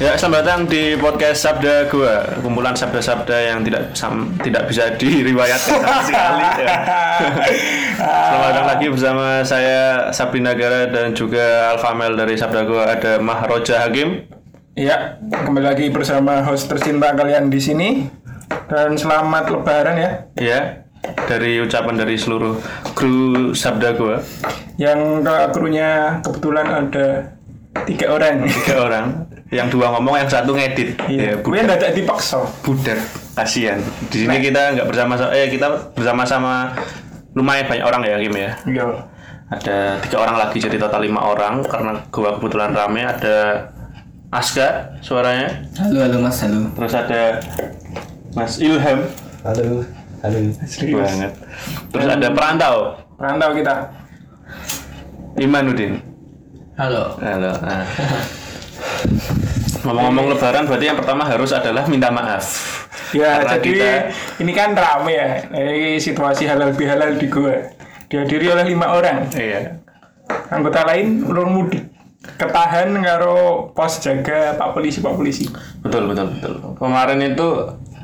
Ya, selamat datang di podcast Sabda Gua. Kumpulan sabda-sabda yang tidak sam- tidak bisa diriwayatkan sama sekali. ya. Selamat datang lagi bersama saya Sabri Nagara dan juga Alfamel dari Sabda Gua ada Mahroja Hakim. Ya, kembali lagi bersama host tercinta kalian di sini dan selamat Lebaran ya. Ya, dari ucapan dari seluruh kru Sabda Gua, Yang ke krunya kebetulan ada tiga orang. tiga orang. Yang dua ngomong, yang satu ngedit. Ya, Iya, bu- gue dadak dipaksa. budak kasihan. Di sini kita nggak bersama eh kita bersama-sama lumayan banyak orang ya Hakim ya. Iya. ada tiga orang lagi jadi total lima orang karena gua kebetulan rame ada Aska suaranya Halo, halo mas, halo terus ada Mas Ilham Halo, halo banget terus ada perantau Perantau kita. Imanuddin Halo halo ah. ngomong-ngomong lebaran berarti yang pertama harus adalah minta maaf Ya, Karena jadi kita- ini kan rame ya. Ini situasi halal bihalal di gua. Dihadiri oleh lima orang. iya Anggota lain ulur mudik. Ketahan karo pos jaga Pak Polisi, Pak Polisi. betul betul betul kemarin itu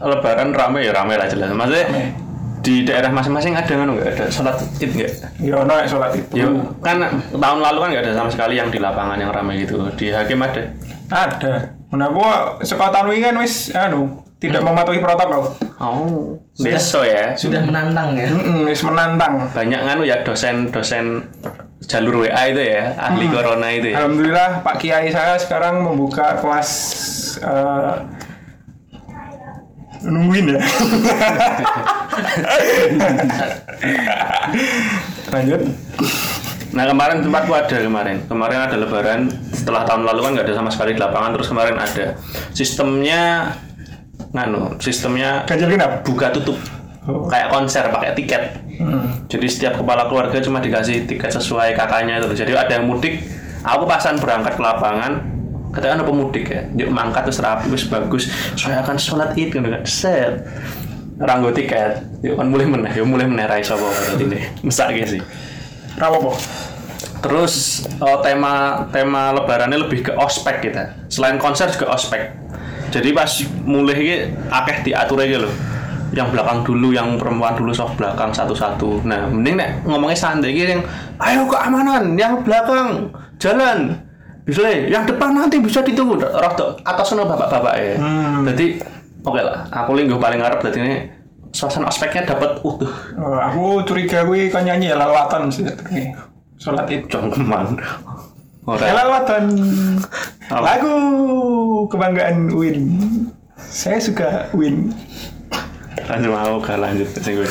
lebaran rame ya rame lah jelas maksudnya di daerah masing-masing ada nggak nggak ada sholat id nggak Ya ono yang sholat itu. Iya. Yo, kan tahun lalu kan nggak ada sama sekali yang di lapangan yang ramai gitu. Di Hakim ada. Ada. Nah, gua sekolah tahun ini kan wis anu tidak mematuhi protokol. Oh, besok ya. Sudah menantang ya Mm-mm, wis menantang. Banyak kan ya dosen-dosen jalur WA itu ya, Hmm. ahli corona itu ya. Alhamdulillah Pak Kiai saya sekarang membuka kelas eh, nungguin ya. Lanjut. Nah kemarin tempatku ada kemarin. Kemarin ada lebaran. Setelah tahun lalu kan nggak ada sama sekali di lapangan. Terus kemarin ada. Sistemnya, nganu, sistemnya Ganjil genap. buka tutup. Kayak konser pakai tiket. Jadi setiap kepala keluarga cuma dikasih tiket sesuai kakaknya itu. Jadi ada yang mudik, aku pasan berangkat ke lapangan, katakan apa mudik ya, yuk mangkat terus rapi, terus bagus, saya akan sholat id, gitu kan, set, ranggo tiket, yuk kan mulai meneh, yuk mulai meneh rai sobo ini, mesak gitu sih. Rawopo. Terus eh, tema tema lebarannya lebih ke ospek kita. Selain konser juga ospek. Jadi pas mulai ini akeh diatur aja loh. Yang belakang dulu, yang perempuan dulu sok belakang satu-satu. Nah, mending nek ngomongnya santai gitu yang ayo keamanan, yang belakang jalan. Bisa yang depan nanti bisa ditunggu. Rodo atas sana bapak-bapak ya. Jadi oke lah, aku linggo paling ngarep berarti ini suasana ospeknya dapat utuh. Oh, aku curiga gue kan nyanyi ya lawatan sih. Sholat Ya, itu. Congkeman. Ora. Lawatan. Apa? Lagu kebanggaan Win. Saya suka Win. lanjut mau gak lanjut sing gue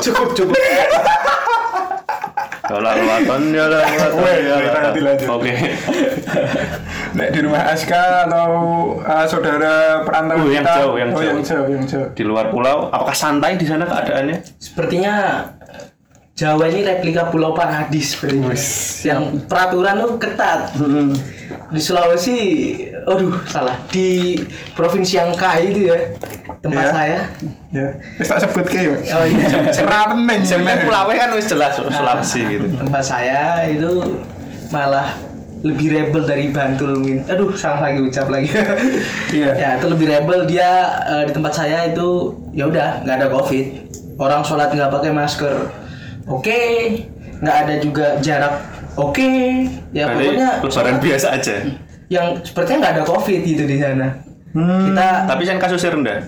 Cukup cukup. kalau lawan ya lah Weh, ya weh, lah. nanti lanjut. oke Nek di rumah Aska atau uh, saudara perantau Oh, kita. yang jauh, yang oh, jauh. yang jauh, yang jauh. di luar pulau apakah santai di sana keadaannya Sepertinya eh, Jawa ini replika Pulau Paradis sepertinya. Yang peraturan tuh ketat Di Sulawesi Aduh, salah Di provinsi yang kaya itu ya Tempat Iya. saya Ya, wis tak sebut ke. Oh iya Ora penting. sebenarnya pulau kan wis jelas Sulawesi gitu Tempat saya itu malah lebih rebel dari Bantul mungkin. Aduh, salah lagi ucap lagi. Iya. Ya, itu lebih rebel dia eh, di tempat saya itu ya udah nggak ada Covid. Orang sholat nggak pakai masker. Oke. Nggak ada juga jarak. Oke. Nah, Ya Berarti pokoknya lebaran biasa aja yang sepertinya nggak ada Covid gitu di sana. Hmm. Kita tapi kan kasusnya rendah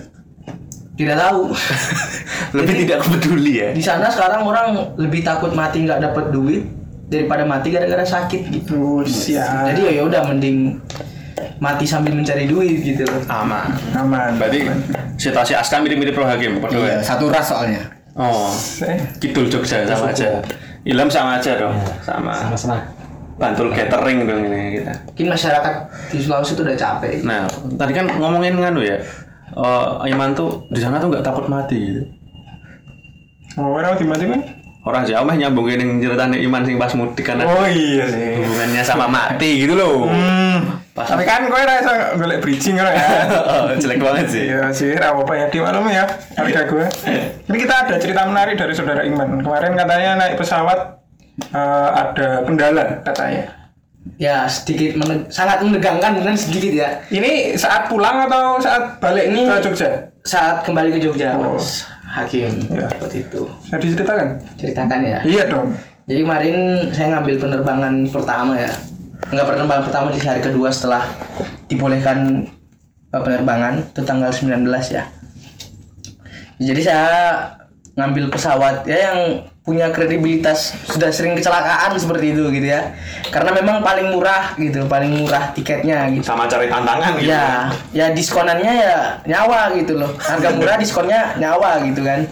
tidak tahu. lebih Jadi- tidak peduli ya Di sana sekarang orang lebih takut mati nggak dapat duit daripada mati gara-gara sakit gitu. Terus ya. Jadi ya ya udah mending mati sambil mencari duit gitu loh. aman aman. berarti situasi aska mirip-mirip pro hakim padha ya? Iya, satu ras soalnya. oh Saya kidul Jogja sama aja Ilham sama aja dong sama Sama-sama. Bantul catering dong ini kita Mungkin masyarakat di Sulawesi itu udah capek. Nah, tadi kan ngomongin nganu ya. eh Iman tuh di sana tuh nggak takut mati gitu. mau ora dimati kan? Orang Jawa mah nyambungin yang ceritanya Iman sing pas mudik karena Oh iya sih. hubungannya sama mati gitu loh. Hmm. Pas- Tapi kan kowe ora iso golek bridging ora ya. Oh, jelek banget sih. Iya sih, ora apa-apa ya dimaklumi ya harga gue. Ini kita ada cerita menarik dari saudara Iman. Kemarin katanya naik pesawat eh, ada kendala katanya. ya sedikit meneg- sangat menegangkan bukan sedikit ya Ini saat pulang atau saat balik Ini- ke Jogja? saat kembali ke Jogja Oh. Mas Hakim Ya. seperti itu Bisa diceritakan? ceritakan ya Iya dong. jadi kemarin saya ngambil penerbangan pertama ya nggak penerbangan pertama di hari kedua setelah dibolehkan eh, penerbangan itu tanggal 19 ya jadi saya ngambil pesawat ya yang punya kredibilitas sudah sering kecelakaan seperti itu gitu ya karena memang paling murah gitu paling murah tiketnya gitu sama cari tantangan gitu ya ya diskonannya ya nyawa gitu loh harga murah diskonnya nyawa gitu kan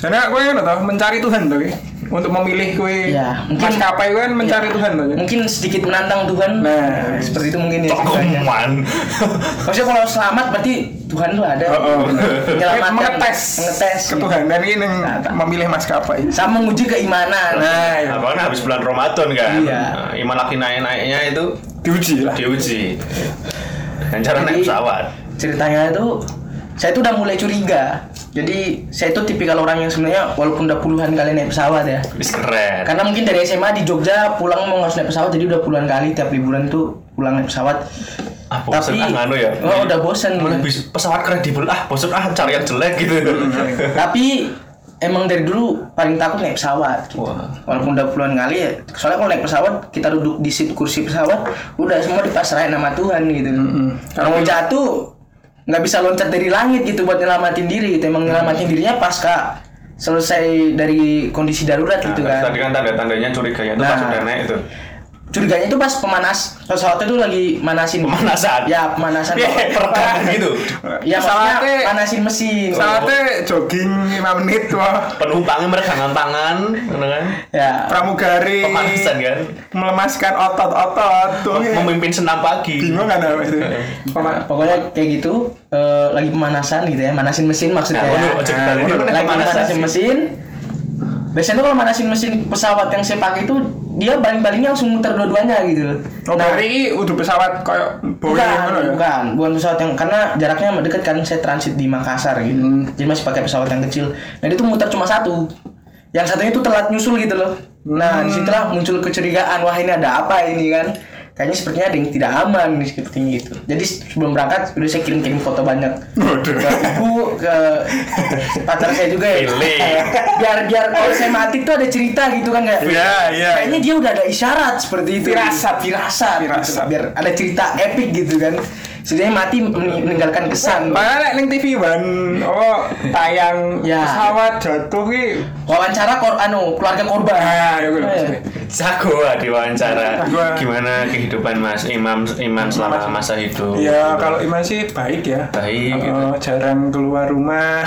Karena gue kan tau, mencari Tuhan tuh ya. Untuk memilih gue Iya, mungkin- Iya. Mas kapai gue kan mencari Tuhan tuh ya. mungkin sedikit menantang Tuhan Nah, seperti itu mungkin ya ceritanya. Congkoman. maksudnya kalau selamat berarti Tuhan tuh ada Oh, oh, benar. Menyelamatkan, mengetes, mengetes Nah, ketuhanan ini yang memilih Mas kapai. sama menguji keimanan Nah, ya. Apalagi habis bulan Ramadan kan. Iya. Nah, Iman lagi naik-naiknya itu diuji lah. diuji. Dan cara Jadi- naik pesawat. ceritanya itu saya tuh udah mulai curiga jadi saya tuh tipikal orang yang sebenarnya walaupun udah puluhan kali naik pesawat ya Wis keren. karena mungkin dari SMA di Jogja pulang mau harus naik pesawat jadi udah puluhan kali tiap liburan tuh pulang naik pesawat Ah, bosen ah nganu ya. oh, udah bosen Mulai gitu. bis- pesawat kredibel ah bosen ah cari yang jelek gitu. Mm-hmm. tapi emang dari dulu paling takut naik pesawat gitu. Wah. walaupun udah puluhan kali ya soalnya kalau naik pesawat kita duduk di seat kursi pesawat udah semua dipasrahin sama Tuhan gitu kalau mau jatuh nggak bisa loncat dari langit gitu buat nyelamatin diri gitu emang nyelamatin dirinya pasca selesai dari kondisi darurat gitu Nah, kan Tadi kan tanda-tandanya curiga ya itu Nah. pas udah naik itu. curiganya itu pas pemanas pesawatnya tuh lagi manasin Pemanasan? ya pemanasan Peredaran gitu. ya maksudnya Pesawatnya- panasin mesin Saatnya jogging 5 menit wah. Penumpangnya meregangan tangan, gitu kan? ya Pramugari Pemanasan kan? melemaskan otot-otot tuh. ya. Memimpin senam pagi. Iya. Bingung kan apa itu? Pema- pokoknya kayak gitu eh, lagi pemanasan gitu ya manasin mesin maksudnya Nah, ya. waduh, ojo dibalik. waduh, Ini lagi pemanasan pemanasin sih. mesin biasanya tuh kalau manasin mesin pesawat yang saya pakai itu dia baling-balingnya langsung muter dua-duanya gitu loh Oh, berarti ini udah pesawat kayak Boeing bukan, ngono ya? bukan, bukan pesawat yang karena jaraknya dekat kan saya transit di Makassar gitu. Jadi masih pakai pesawat yang kecil. Nah, itu muter cuma satu. Yang satunya itu telat nyusul gitu loh. Nah, disitulah muncul kecurigaan, wah ini ada apa ini kan? Kayaknya sepertinya ada yang tidak aman nih seperti gitu. Jadi sebelum berangkat udah saya kirim-kirim foto banyak Waduh. ke ibu ke pacar saya juga ya. Pilih. biar biar kalau saya mati tuh ada cerita gitu kan kayak Iya, iya. kayaknya dia udah ada isyarat seperti itu Firasat. firasat gitu. Firasat. biar ada cerita epic gitu kan setidaknya mati men- meninggalkan kesan Makanya nek ning TV ban oh tayang Ya. pesawat jatuh ki. wawancara kor anu keluarga korban Iya. Ah, ya gue. Eh. Jagoa diwawancara. Jagoa. Gimana kehidupan Mas Imam Imam selama masa hidup? Ya Gitu. kalau Iman sih baik ya. Baik, Eh, gitu. jarang keluar rumah.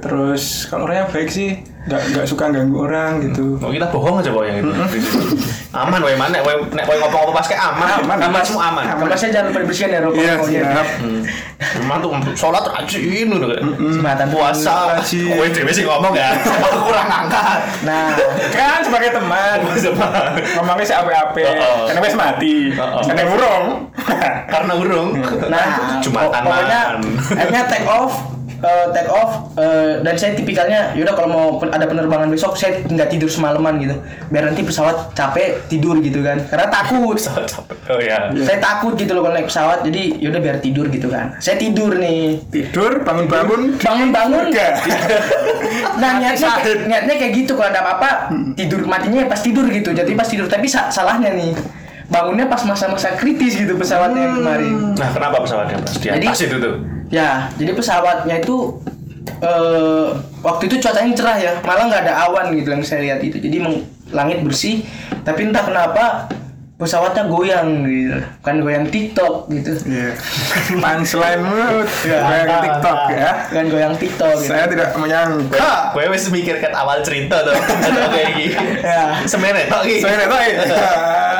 Terus kalau orangnya baik sih, nggak nggak suka ganggu orang gitu. Oh, kita bohong aja pokoknya gitu. aman wae mana wae nek wae ngomong-ngomong pas kayak aman. Aman. Kamar semua aman. kamar saya Nah, jangan lupa dibersihkan ya rokok Iya, siap. Aman tuh sholat rajin gitu kan. Sematan. Puasa. Rajin. Kowe dhewe sih ngomong ya. Aku kurang angkat. nah Kan sebagai teman, ngomongnya si ape-ape, Oh, oh. karena wes mati, Oh, oh. karena burung. Karena urung. nah Jumatan pok- pokoknya man. akhirnya take off eh, take off eh, dan saya tipikalnya yaudah kalau mau pen- ada penerbangan besok saya nggak tidur semalaman gitu biar nanti pesawat capek tidur gitu kan karena takut Capek. Oh ya. saya takut gitu loh kalau naik pesawat jadi yaudah biar tidur gitu kan saya tidur nih Tidur, bangun-bangun, bangun-bangun Enggak. nah niatnya kayak, niatnya kayak gitu kalau ada apa-apa tidur matinya ya pas tidur gitu jadi pas tidur tapi sa- salahnya nih bangunnya pas masa-masa kritis gitu pesawatnya kemarin Nah, kenapa pesawatnya Mas? Di Jadi- atas itu tuh. ya jadi pesawatnya itu eh, waktu itu cuacanya cerah ya malah nggak ada awan gitu yang saya lihat itu jadi meng- langit bersih tapi entah kenapa pesawatnya goyang gitu bukan goyang tiktok gitu Iya. Punchline mulu goyang ke TikTok ya. bukan goyang tiktok gitu. Saya tidak menyangka. Kowe wis mikir ket awal cerita tuh. Ada kayak gini. Ya. Semene tok iki. Saya tidak tahu. ya.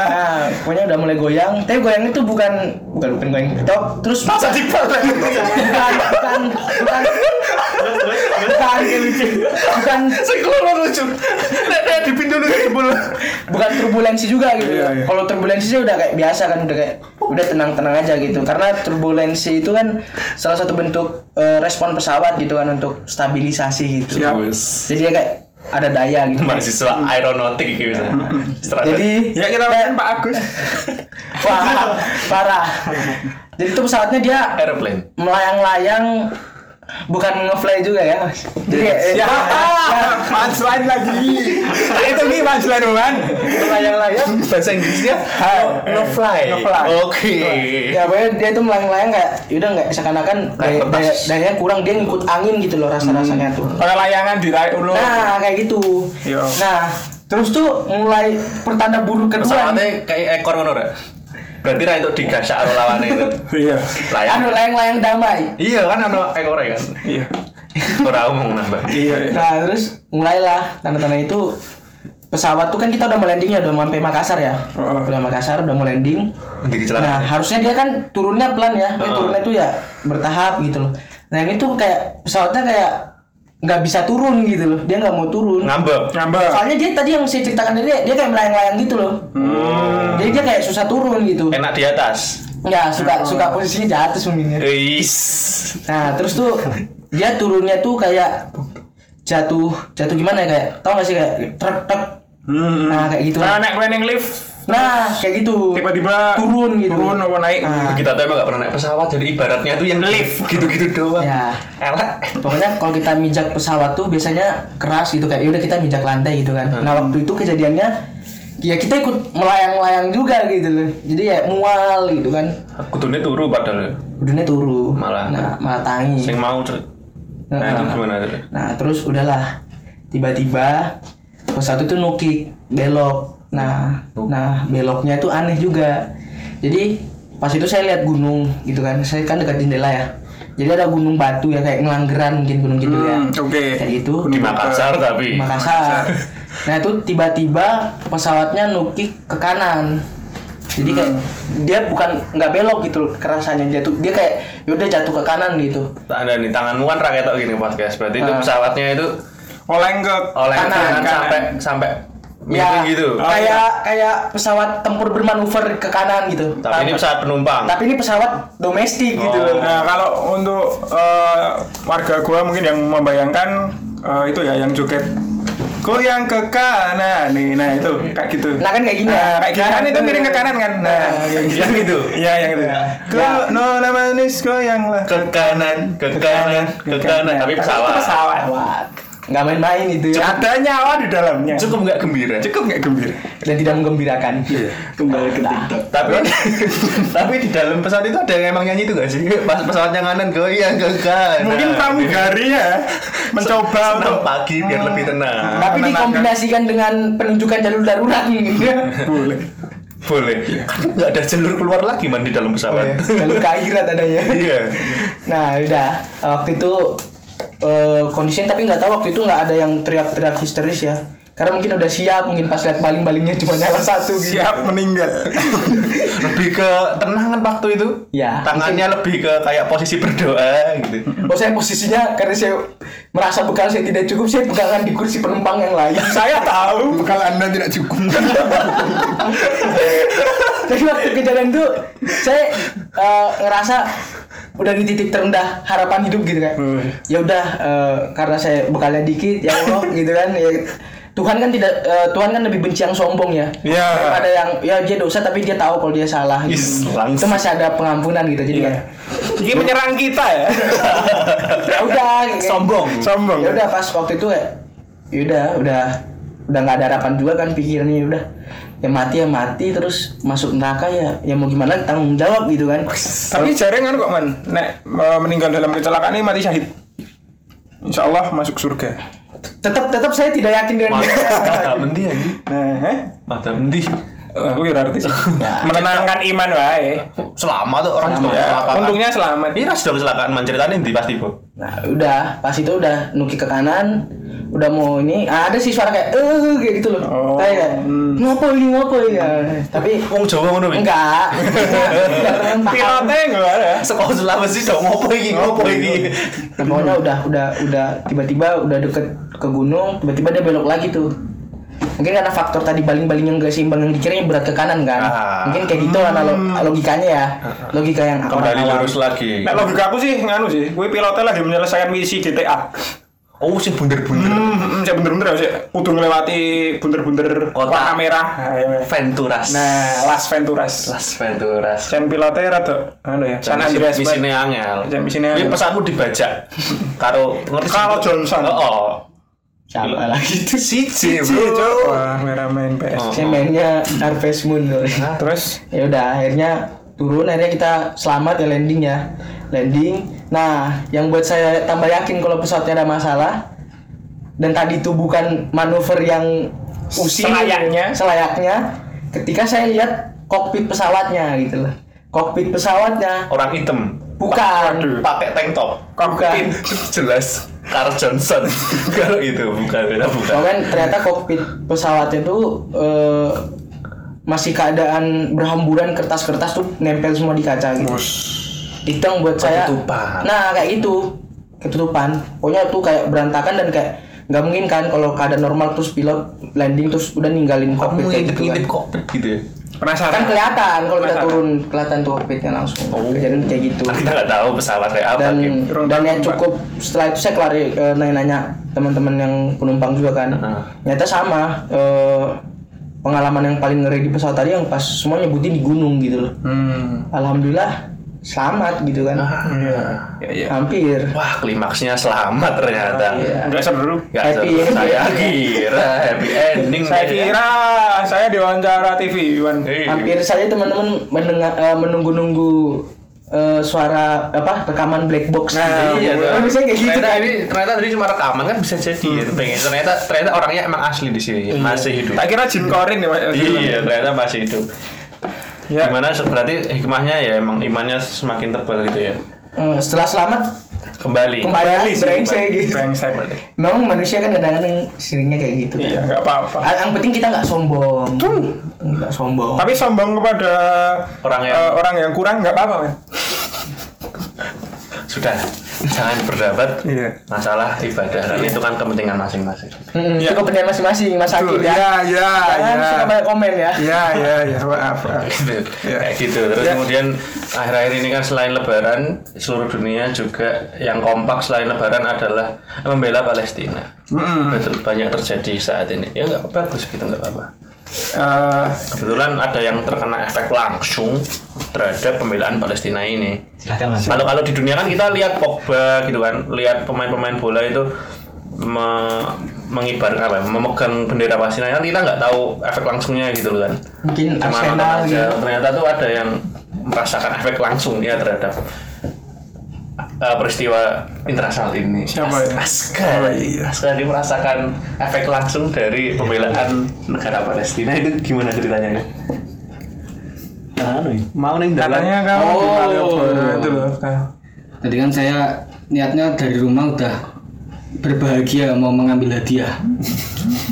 Nah, pokoknya udah mulai goyang. Tapi goyangnya tuh bukan bukan bukan goyang TikTok. Terus Masa dipel. bukan bukan bukan bukan bukan Sekolah lucu. Nek nek di pintu lu jebul. bukan turbulensi juga gitu. Iya, iya. Kalau turbulensi sih udah kayak biasa kan udah kayak udah tenang-tenang aja gitu. Karena turbulensi itu kan Iya. salah satu bentuk eh, respon pesawat gitu kan untuk stabilisasi gitu. Siap. Jadi ya kayak ada daya gitu. mahasiswa aeronautik gitu misalnya. Strategi. Jadi Ya kita main Pak Agus. parah, parah. Jadi itu pesawatnya dia airplane. melayang-layang bukan ngefly juga ya mas jadi eh, ya, punchline lagi. Itu nih punchline Wan. melayang-layang Bahasa Inggrisnya ngefly ngefly Oke. ya pokoknya dia itu melayang-layang nggak yaudah nggak seakan-akan daya, kertas. daya, dayanya kurang dia ngikut angin gitu loh rasa-rasanya tuh Pakai layangan di rai ulo. nah kayak gitu Hmm. Yo. nah terus tuh mulai pertanda buruk kedua Pesawatnya kayak ekor ngono ra? Berarti ra itu digasak karo lawane itu. Iya. Layak. anu layang-layang damai Iya kan ana ekornya kan. Iya. Ora omong nambah. Iya. iya. nah terus mulailah tanda-tanda itu pesawat tuh kan kita udah mau landing ya udah mau sampai Makassar ya Oh. udah Makassar udah mau landing Mendiri Nah, celana. harusnya dia kan turunnya pelan ya. Dia Ah. Heeh. turunnya itu ya bertahap gitu loh. Nah, ini tuh kayak pesawatnya kayak nggak bisa turun gitu loh. Dia nggak mau turun. Nah. Ngambek. Ngambek. Soalnya dia tadi yang saya ceritakan tadi dia kayak melayang-layang gitu loh. Hmm. Jadi dia kayak susah turun gitu. Enak di atas. Nggak suka suka posisinya jatuh sebenarnya. Wis. Nah, terus tuh dia turunnya tuh kayak jatuh jatuh gimana ya kayak tau gak sih kayak trek trek Hmm. nah kayak gitu Nah, naik planning lift nah kayak gitu tiba-tiba turun gitu turun apa naik Nah. Kita tuh emang gak pernah naik pesawat, jadi ibaratnya tuh yang lift gitu-gitu doang. Ya. Elek. Pokoknya kalau kita mijak pesawat tuh biasanya keras gitu kayak udah kita mijak lantai gitu kan. Nah waktu itu kejadiannya ya kita ikut melayang-layang juga gitu loh. Jadi ya mual gitu kan. Kudunya turu padahal. ya. Udahnya turu. Malah. Nah malah tangi. Sing mau cer. Nah, itu gimana cer? Nah terus udahlah tiba-tiba pesawat itu nukik belok. Nah nah beloknya itu aneh juga. Jadi pas itu saya lihat gunung gitu kan. Saya kan dekat jendela ya. Jadi ada gunung batu ya kayak ngelanggeran mungkin gunung gitu ya. Hmm, oke. Kayak gitu. Di Makassar tapi. Makassar. Nah itu tiba-tiba pesawatnya nukik ke kanan. Jadi kayak dia bukan nggak belok gitu loh kerasanya jatuh dia kayak yaudah jatuh ke kanan gitu. Tanda nih tanganmu kan rakyat kayak gini podcast. Berarti itu Ah. pesawatnya itu oleng ke oleh Kanan, kanan Ya. kanan. sampai sampai miring gitu. Oh, Ya, kayak kayak pesawat tempur bermanuver ke kanan gitu. Tapi ini pesawat penumpang. Tapi ini pesawat domestik gitu Oh. loh. Nah, kalau untuk eh, warga gua mungkin yang membayangkan eh, itu ya yang joget goyang ke kanan nih nah itu kayak gitu Nah, kan kayak gini ya. Nah, kayak gini kan itu miring ke kanan kan nah yang Yang itu. iya yang itu ke Ya. no no manis goyang lah Ke kanan, ke kanan, ke kanan. Tapi pesawat. Pesawat. Nggak main-main itu ya. ada nyawa di dalamnya Cukup nggak gembira. cukup nggak gembira Dan tidak menggembirakan. Iya. Kembali ke TikTok. Tapi tapi di dalam pesawat itu ada yang emang nyanyi itu nggak sih? Pas pesawatnya kanan goyang ke kanan. mungkin nah, pramugari ya mencoba untuk Senam Nah, Hmm. pagi biar lebih tenang. Tapi Menenangkan. dikombinasikan dengan penunjukan jalur darurat gitu. boleh Boleh. Iya. Kan nggak ada jalur keluar lagi man di dalam Iya, pesawat. jalur kairat adanya. Iya. Nah udah waktu itu eh, kondisinya tapi nggak tahu waktu itu nggak ada yang teriak-teriak histeris ya karena mungkin udah siap mungkin pas lihat baling-balingnya cuma nyala satu gitu siap meninggal lebih ke tenangan waktu itu. Ya. Tangannya lebih ke kayak posisi berdoa gitu. Oh saya posisinya karena saya merasa bekal saya tidak cukup saya pegangan di kursi penumpang yang lain saya tahu bekal anda tidak cukup jadi waktu kejadian itu saya eh, ngerasa udah di titik terendah harapan hidup gitu kan Hmm. ya udah eh, karena saya bekalnya dikit ya Allah gitu kan ya Tuhan kan tidak eh, Tuhan kan lebih benci yang sombong ya Iya. daripada yang ya dia dosa tapi dia tahu kalau dia salah gitu. Is, langsung. itu masih ada pengampunan gitu jadi Iya. Ini menyerang kita ya. ya udah gitu. Iya. Sombong. Sombong. ya udah pas waktu itu kayak ya udah udah udah nggak ada harapan juga kan pikirannya ya udah ya mati ya mati terus masuk neraka ya ya mau gimana tanggung jawab gitu kan Tapi jaringan kok man. Nek eh, meninggal dalam kecelakaan ini mati syahid. Insya Allah masuk surga. tetap tetap saya tidak yakin Mata dengan dia mata mendi aja. Nah, eh? Mata mendi. Aku ya kira artis. Menenangkan iman wae. Selama tuh orang Selama. sudah Ya, kecelakaan. untungnya selamat. Ini ras sudah kecelakaan man ceritanya nanti pasti bu. nah udah pas itu udah nuki ke kanan udah mau ini ah, ada sih suara kayak eh kayak gitu loh Oh, kayak kayak, ngapa ini ngapa ini ya tapi Wong Jawa ngono Wi. enggak Enggak. Pilotnya ya. enggak ada. Sekolah Sulawesi dong ngopo iki ngopo iki. Nah, pokoknya udah udah udah tiba-tiba udah deket ke gunung, tiba-tiba dia belok lagi tuh. Mungkin karena faktor tadi baling-baling yang gak seimbang yang dikira yang berat ke kanan kan. Ah. Mungkin kayak gitu analog logikanya ya. Logika yang Kembali awal-awal. lurus lagi. Nek logika aku sih nganu sih. Gue pilotnya lagi menyelesaikan misi GTA. Oh, sing bunder-bunder. Hmm, saya bener-bener ya, kudu ngelewati bunder-bunder Kota. warna merah. Venturas. Nah, Las Venturas. Las Venturas. San pilotnya rada anu ya, San Andreas. Pak. Misine angel. Jan misine Ini angel. pesanmu dibajak. Karo ngerti Kalau Johnson. Oh, oh. Sama lagi tuh sih. Cici, Cok. Wah, merah main PS. Oh. Saya mainnya Harvest Moon. Ah. Lur. Terus ya udah akhirnya turun akhirnya kita selamat ya landing ya landing nah yang buat saya tambah yakin kalau pesawatnya ada masalah dan tadi itu bukan manuver yang usil Selayaknya. selayaknya ketika saya lihat kokpit pesawatnya gitu loh kokpit pesawatnya Orang hitam. bukan Pakai tank top. bukan Jelas. Carl Johnson. Kalau itu bukan, ya, bukan. Soalnya ternyata kokpit pesawatnya tuh eh, masih keadaan berhamburan kertas-kertas tuh nempel semua di kaca gitu. Itu yang buat saya. Ketutupan. Nah kayak gitu ketutupan. Pokoknya tuh kayak berantakan dan kayak nggak mungkin kan kalau keadaan normal terus pilot landing terus udah ninggalin Kamu kokpit kayak gitu kan. ngintip-ngintip kokpit gitu ya. Kan penasaran? kelihatan kalau kita Penasaran. turun kelihatan tuh kokpitnya langsung. Oh. Kejadian kayak gitu Kan kita nggak tahu pesawatnya apa. dan Kim. Ruang dan ya penumpang. cukup setelah itu saya kelar eh, nanya-nanya teman-teman yang penumpang juga kan Heeh. ternyata sama eh, pengalaman yang paling ngeri di pesawat tadi yang pas semua nyebutin di gunung gitu loh Hmm. alhamdulillah selamat gitu kan Ah, iya. Ya ya. hampir Wah, klimaksnya selamat ternyata. Iya. Enggak seru. Nggak Happy seru. ending. Saya kira happy ending. Saya ya. kira saya diwawancara TV Iwan. Iya. hampir saja teman-teman mendengar- eh, menunggu-nunggu eh, suara apa rekaman black box Nah, Iya, Kan tuh. biasanya kayak gitu ternyata kan ini ternyata tadi cuma rekaman kan bisa jadi ya, pengen ternyata ternyata orangnya emang asli di sini masih hidup Tak kira Jim Corin ya, Pak. iya ternyata masih hidup Ya. Gimana se- berarti hikmahnya ya emang imannya semakin tebal gitu ya. Eh, setelah selamat Kembali. kembali brengsek gitu Brengsek. Iya. memang manusia kan kadang-kadang seringnya kayak gitu kan. Iya, enggak apa-apa. Ah, Yang penting kita nggak sombong. Nggak sombong. Tapi sombong kepada Orang yang- eh, orang yang kurang nggak apa-apa kan? Sudah. jangan berdebat Iya. masalah ibadah Dan itu kan kepentingan masing-masing. Mm, Iya. Itu kepentingan masing-masing Mas Aki ya. Iya, iya, Jangan iya. suka banyak komen ya. Iya, iya, iya, maaf. maaf. gitu Iya. kayak gitu terus Ya. kemudian akhir-akhir ini kan selain Lebaran seluruh dunia juga yang kompak selain Lebaran adalah membela Palestina betul banyak terjadi saat ini ya nggak bagus gitu nggak apa-apa Eh, kebetulan ada yang terkena efek langsung terhadap pembelaan Palestina ini Silakan mas. Kalau kalau di dunia kan kita lihat Pogba gitu kan, lihat pemain-pemain bola itu me- mengibarkan apa, ya, memegang bendera Palestina kan kita nggak tahu efek langsungnya gitu loh kan. Mungkin Cuma nonton Arsenal aja. gitu. Ternyata tuh ada yang merasakan efek langsung ya terhadap uh, peristiwa internasional ini. Siapa ya? Askar, Iya. Askar merasakan efek langsung dari pembelaan negara Palestina itu gimana ceritanya? Nek? Anu ya. Mau ning katanya kamu Oh. di Malioboro itu loh. Nah, Tadi kan saya niatnya dari rumah udah berbahagia mau mengambil hadiah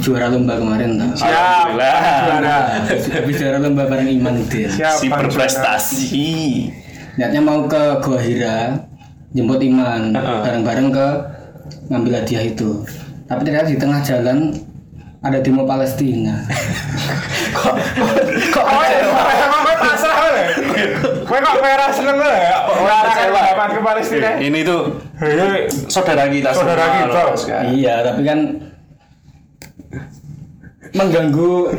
juara lomba kemarin tau. Siap. Juara. Habis habis juara lomba bareng Iman itu ya. Siap. Si Bang, berprestasi. Niatnya mau ke Goa Hira jemput Iman bareng-bareng ke ngambil hadiah Ya, itu. Tapi ternyata di tengah jalan ada demo Palestina. Kok kowe emang kowe pasrah kowe? Kowe kok merah seneng kowe ya? Ora arah harapan ke Palestina. Ini tuh Hei, saudara kita Saudara semua, kita. loh, Askar. iya, tapi kan mengganggu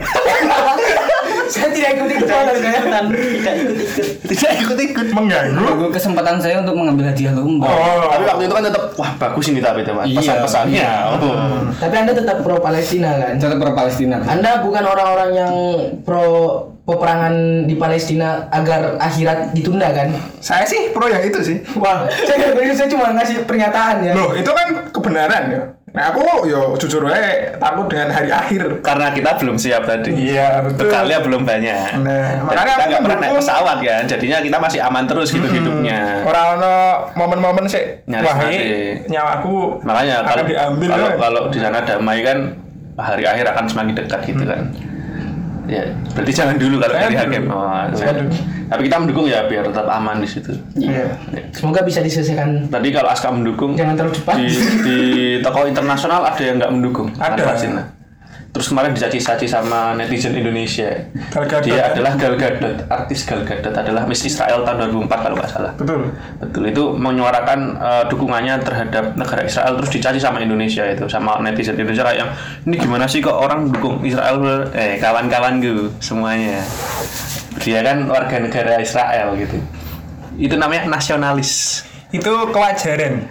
Saya tidak ikut ikutan. Tidak ikut ikut. Tidak ikut-ikut. Iya, mengganggu. mengganggu kesempatan saya untuk mengambil hadiah lomba. Oh, Tapi waktu itu kan tetap wah bagus ini tapi teman Iya. pesan-pesannya. Oh. Tapi Anda tetap pro Palestina kan? Tetap pro Palestina. Anda bukan orang-orang yang pro peperangan di Palestina agar akhirat ditunda kan? saya sih pro yang itu sih. Wah, saya nggak begitu, saya cuma ngasih pernyataan ya. Loh, itu kan kebenaran ya. Nah, aku yo jujur wae takut dengan hari akhir. Karena kita belum siap tadi. Iya, betul. Bekalnya belum banyak. ya. Nah, Dan makanya kita aku nggak pernah naik mendukung. pesawat kan, jadinya kita masih aman terus gitu hidupnya. Ora ono momen-momen sih Nyaris wah mati. ini nyawaku Makanya akan kalau diambil kalau, kan. kalau di sana damai kan hari akhir akan semakin dekat gitu kan. Ya, berarti jangan dulu kalau Saya dari Hmm. dulu. hakim. Oh, saya- dulu. Tapi kita mendukung ya biar tetap aman di situ. Iya. Semoga bisa diselesaikan. Tadi kalau Aska mendukung Jangan terlalu cepat. di, di tokoh internasional ada yang nggak mendukung Ada. Palestina. terus kemarin dicaci-caci sama netizen Indonesia Gal Gadot. kan? dia adalah Gal Gadot artis Gal Gadot adalah Miss Israel tahun 2004 kalau nggak salah Betul. betul itu menyuarakan eh, dukungannya terhadap negara Israel terus dicaci sama Indonesia itu sama netizen Indonesia kayak yang ini gimana sih kok orang dukung Israel eh kawan-kawan gue semuanya dia kan warga negara Israel gitu itu namanya nasionalis Itu kewajaran.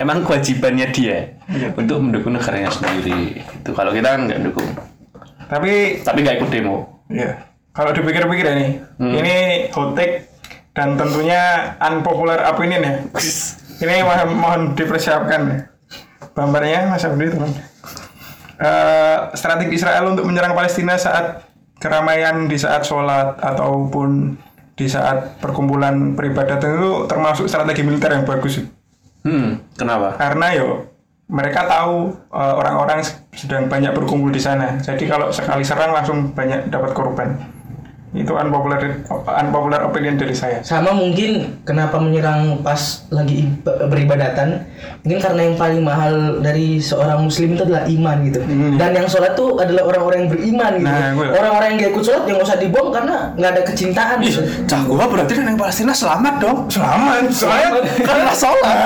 emang kewajibannya dia untuk mendukung negaranya sendiri itu kalau kita kan nggak dukung Tapi tapi nggak ikut demo ya kalau dipikir-pikir ya nih, ini hot take dan tentunya unpopular opinion ya. Ini mohon, mohon dipersiapkan. Bumpernya Mas Abdi teman. Eh, strategi Israel untuk menyerang Palestina saat keramaian di saat sholat ataupun di saat perkumpulan peribadatan itu termasuk strategi militer yang bagus. hmm kenapa karena yo mereka tahu eh, orang-orang sedang banyak berkumpul di sana. Jadi kalau sekali serang langsung banyak dapat korban. Itu unpopular unpopular opinion dari saya. sama mungkin kenapa menyerang pas lagi iba- beribadatan mungkin karena yang paling mahal dari seorang muslim itu adalah iman gitu dan yang sholat tuh adalah orang-orang yang beriman gitu Nah, gue- orang-orang yang gak ikut sholat yang gak usah dibom karena nggak ada kecintaan gitu cah gua berarti yang Palestina selamat dong Selamat, Kan soalnya karena sholat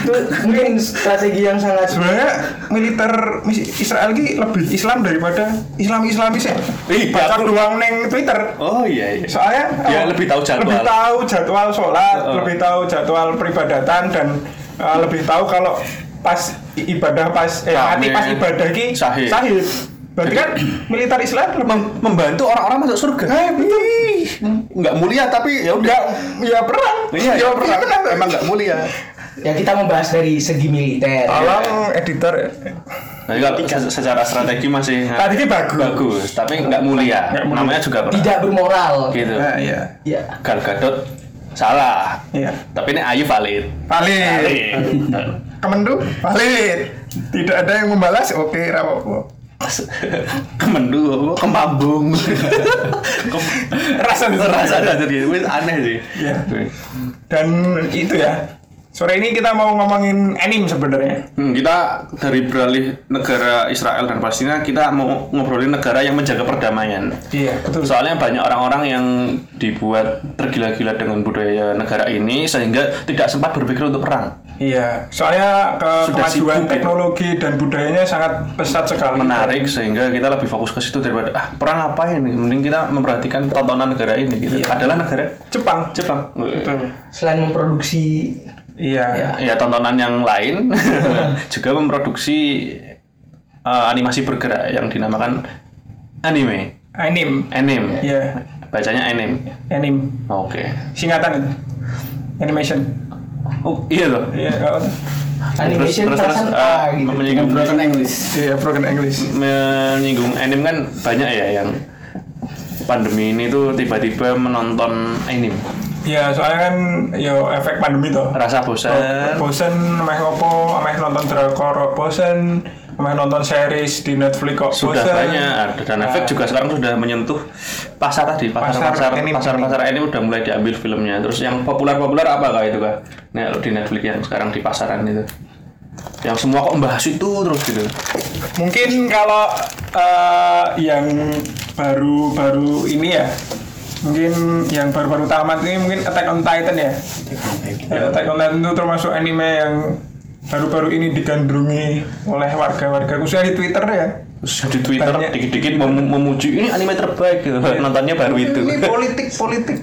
itu mungkin strategi yang sangat sebenarnya militer mis- Israel ini lebih Islam daripada Islam Islamis ya. Ih, Baca aku- doang neng Twitter. oh iya iya Soalnya Dia eh, lebih tahu jadwal. Lebih tahu jadwal sholat, lebih tahu jadwal peribadatan dan eh, lebih tahu kalau pas i- ibadah pas eh Rame. mati pas ibadah ki Sahih. Berarti kan militer Islam lebih membantu orang-orang masuk surga eh betul. nggak mulia tapi ya udah Enggak ya perang. Iya, ya iya, perang. benar. Emang nggak mulia. ya kita membahas dari segi militer Tolong editor. Jadi kalau Nah, se- secara strategi masih Tadi ki bagus. bagus, tapi nggak mulia. Namanya juga pernah. tidak bermoral Gitu. Nah, iya. ya Gal Gadot salah. Iya. Tapi ini Ayu valid. Valid. Kemendu valid. Tidak ada yang membalas. Oke, rapopo. Kemendu, kemambung. Kem- Rasa Rasa ada jadi wis aneh sih. Iya. Dan itu ya. Sore ini kita mau ngomongin anime sebenarnya. Hmm, kita dari beralih negara Israel dan Palestina, kita mau ngobrolin negara yang menjaga perdamaian. Iya, betul. Soalnya banyak orang-orang yang dibuat tergila-gila dengan budaya negara ini sehingga tidak sempat berpikir untuk perang. Iya, soalnya ke Sudah kemajuan sibuk, teknologi dan budayanya sangat pesat sekali. Menarik sehingga kita lebih fokus ke situ daripada ah perang apa ini? Mending kita memperhatikan tontonan negara ini gitu. Iya. Adalah negara Jepang. Jepang. Betul. selain memproduksi Iya. Ya tontonan yang lain juga memproduksi eh, animasi bergerak yang dinamakan anime. Anime. Anime. Iya, Bacanya anime. anime. Oke. Singkatan itu. Animation. Oh, iya loh. Iya, nggak apa-apa. animation terus, terus, perasaan terus, A eh, gitu Dengan menyinggung- broken English. Iya, broken English. menyinggung anime kan banyak ya yang pandemi ini tuh tiba-tiba menonton anime Iya, soalnya kan yo efek pandemi toh. rasa bosan Bosen meh opo, meh nonton drakor bosen, meh nonton series di Netflix kok sudah bosen. banyak ada dan efek juga sekarang sudah menyentuh pasar tadi Nah. pasar Pasar pasar anime. pasar pasar anime udah mulai diambil filmnya terus yang populer populer apa kah itu kah nah, di Netflix yang sekarang di pasaran itu yang semua kok membahas itu terus gitu Mungkin kalau eh, yang baru-baru ini ya, mungkin yang baru-baru tamat ini mungkin Attack on Titan ya. Ya, Attack on Titan itu termasuk anime yang baru-baru ini digandrungi oleh warga-warga khususnya di Twitter ya. terus di Twitter Banyak. dikit-dikit mem- memuji ini anime terbaik gitu nontonnya baru itu Ini politik-politik.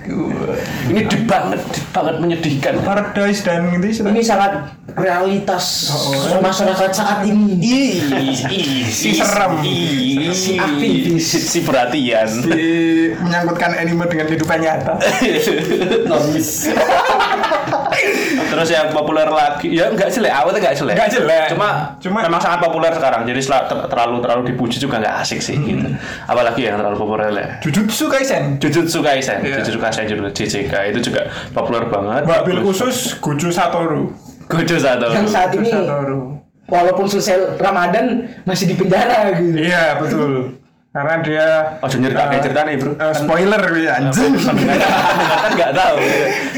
ini deep banget deep banget menyedihkan Paradise dan gitu sih. ini sangat realitas Oh, masyarakat saat ini Iya. si serem. si aktivis si perhatian Di- menyangkutkan anime dengan kehidupan nyata. terus yang populer lagi ya nggak jelek awalnya nggak jelek Nggak jelek. cuma Cuma- memang sangat populer sekarang jadi sel- ter- terlalu terlalu dipuji juga nggak asik sih Hmm. gitu apalagi yang terlalu populer lah Jujutsu Kaisen. Jujutsu Kaisen, Iya. Jujutsu Kaisen Jujutsu JJK itu juga populer banget. Wabil khusus Gojo Satoru. Gojo satu. yang Kan saat ini Satoru. walaupun selesai Ramadan masih di penjara gitu Iya betul. Karena dia Oh, cerita Eh, cerita nih bro. eh, spoiler ya anjing. kan nggak tahu.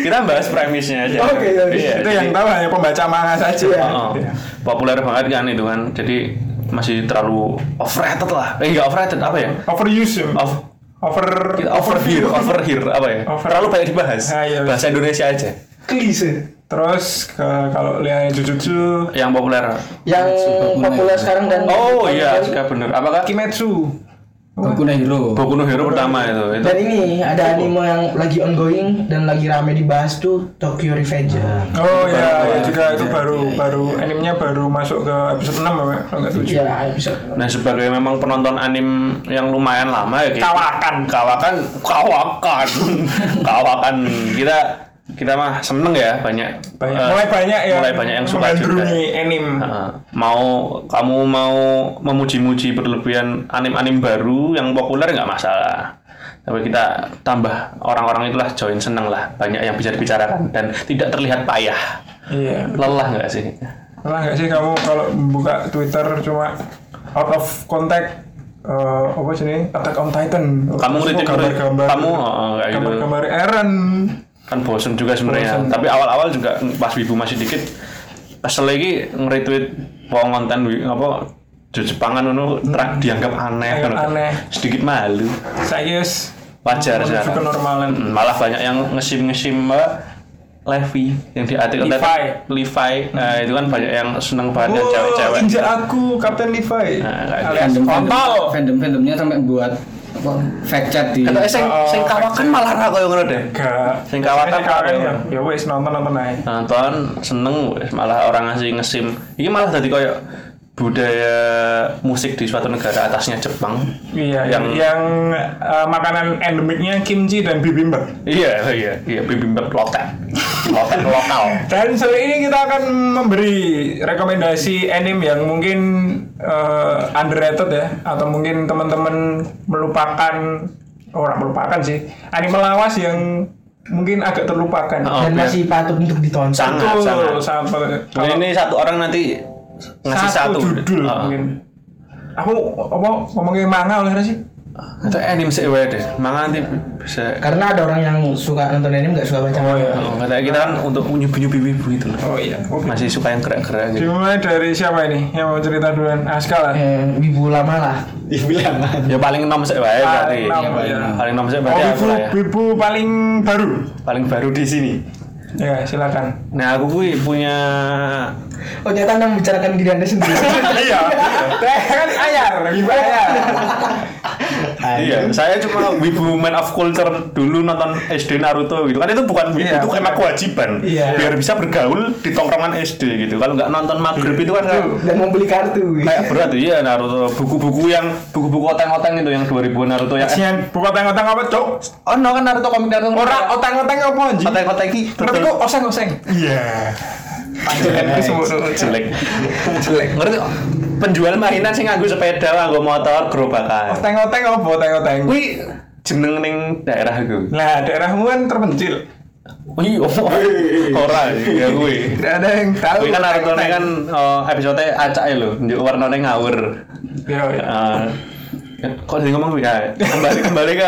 Kita bahas premisnya aja. Oke, oke. Iya, itu jadi- yang tahu hanya pembaca manga saja. Iya. Oh, populer banget kan itu kan jadi masih terlalu overrated lah. Eh enggak overrated apa ya? Overuse. ya? Of- Over overhear, overhear apa ya? Over- Terlalu banyak dibahas. Ah, iya, Bahasa Indonesia aja. Klise. Terus ke- kalau lihat Jujutsu Yang populer. Yang populer sekarang dan Oh iya, juga bener. Apakah Kimetsu. Boku no Hero. Boku no Hero pertama itu? itu. dan ini ada anime yang lagi ongoing dan lagi rame dibahas tuh Tokyo Revenger. Ah. Oh iya, ya juga itu baru baru animenya baru masuk ke episode 6 apa ya? Kalau nggak Iya, 7. episode. Nah sebagai memang penonton anim yang lumayan lama ya kayak- Kawakan. kawakan, kawakan, kawakan kita kita mah seneng ya banyak, Banyak, eh, mulai banyak ya. yang mulai banyak yang suka juga. Iya. mengandrungi anim. Heeh. mau kamu mau memuji-muji berlebihan anim-anim baru yang populer nggak masalah. Tapi kita tambah orang-orang itulah join seneng lah banyak yang bisa dibicarakan dan tidak terlihat payah. Iya. Lelah nggak sih? Pernah nggak sih kamu kalau buka Twitter cuma out of contact eh, apa sih ini? Attack on Titan. Kamu Semua ngeliatin gambar-gambar. kamu heeh, kayak gitu. gambar-gambar Eren. kan bosen juga sebenarnya tapi awal-awal juga pas wibu masih dikit kesel lagi nge-retweet wong konten wi- apa di Jepangan itu tra- dianggap aneh, Dianggap ngono. aneh. sedikit malu Saya yes. wajar Menuju sekarang kenormalan. Mm, malah banyak yang ngesim ngesim Levi yang di artikel tadi. Levi. Levi nah, itu kan banyak yang seneng banget dan Wow, cewek-cewek injak aku Kapten Levi. Nah, kayak alias kontol. fandom fandomnya sampai buat apa, fact chat di kata eh, sing Oh, sing kawakan malah ra koyo ngono deh Gak. Sing kawakan Sing apa kawakan ya? ya. Ya wes nonton nonton aja. nonton seneng wes. malah orang ngasih ngesim ini malah jadi koyo budaya musik di suatu negara atasnya Jepang Iya, yang Yang- yang eh, makanan endemiknya kimchi dan bibimbap. iya iya iya bibimbap lotek lotek lokal Dan sore ini kita akan memberi rekomendasi anime yang mungkin eh, underrated ya atau mungkin teman-teman melupakan orang melupakan sih anime lawas yang mungkin agak terlupakan. Oh, dan biar- masih patut untuk ditonton. sangat sangat Betul, sangat banget. Kalau ini satu orang nanti ngasih satu, Oh. Ah. judul Heeh. mungkin. Aku apa ngomongin manga oleh sih? itu anime sih wae deh maka nanti bisa Karena ada orang yang suka nonton anime nggak suka baca. iya. Oh, kata kita kan untuk nyubi nyubi wibu gitu loh Oh iya. masih suka yang gerak-gerak gitu Dimulai dari siapa ini yang mau cerita duluan? ya? Aska lah. Iya, Eh, wibu lama lah. ya paling enam sih wae berarti Paling enam, iya. paling enam sih Oh, berarti aku Wibu, lah ya Wibu paling baru. paling baru di sini Ya, silakan. nah aku kui punya Oh ternyata anda membicarakan diri anda sendiri. Iya. Teh kan ayar, Wibu ayar. Iya, saya cuma wibu man of culture dulu nonton SD Naruto gitu kan itu bukan wibu, Iya, itu emang bukan. kewajiban Iya. biar bisa bergaul di tongkrongan SD gitu. Kalau nggak nonton Iya. maghrib itu kan kayak- dan membeli kartu. kayak berat iya Naruto buku-buku yang buku-buku oteng-oteng itu yang 2000 Naruto yang Sian, buka otang-otang apa, Cok? oh no kan Naruto komik Naruto Ora otang-otang apa anjing? oteng-oteng ki Ngerti kok oseng-oseng. Iya. Panjenengan itu semua jelek jelek ngerti kok? penjual mainan sih nganggo sepeda nganggo motor gerobakan Otang-otang apa otang-otang? Oh, kuwi jeneng ning daerah gue Nah, daerahmu kan terpencil. Wih, oh, ora ya kuwi. Tidak ada yang tahu. Tapi kan Naruto otang-otang. kan eh, episode-nya acak ya lho, njuk warnane ngawur. Iya, iya. Eh, kok jadi ngomong ya? Kembali kembali ke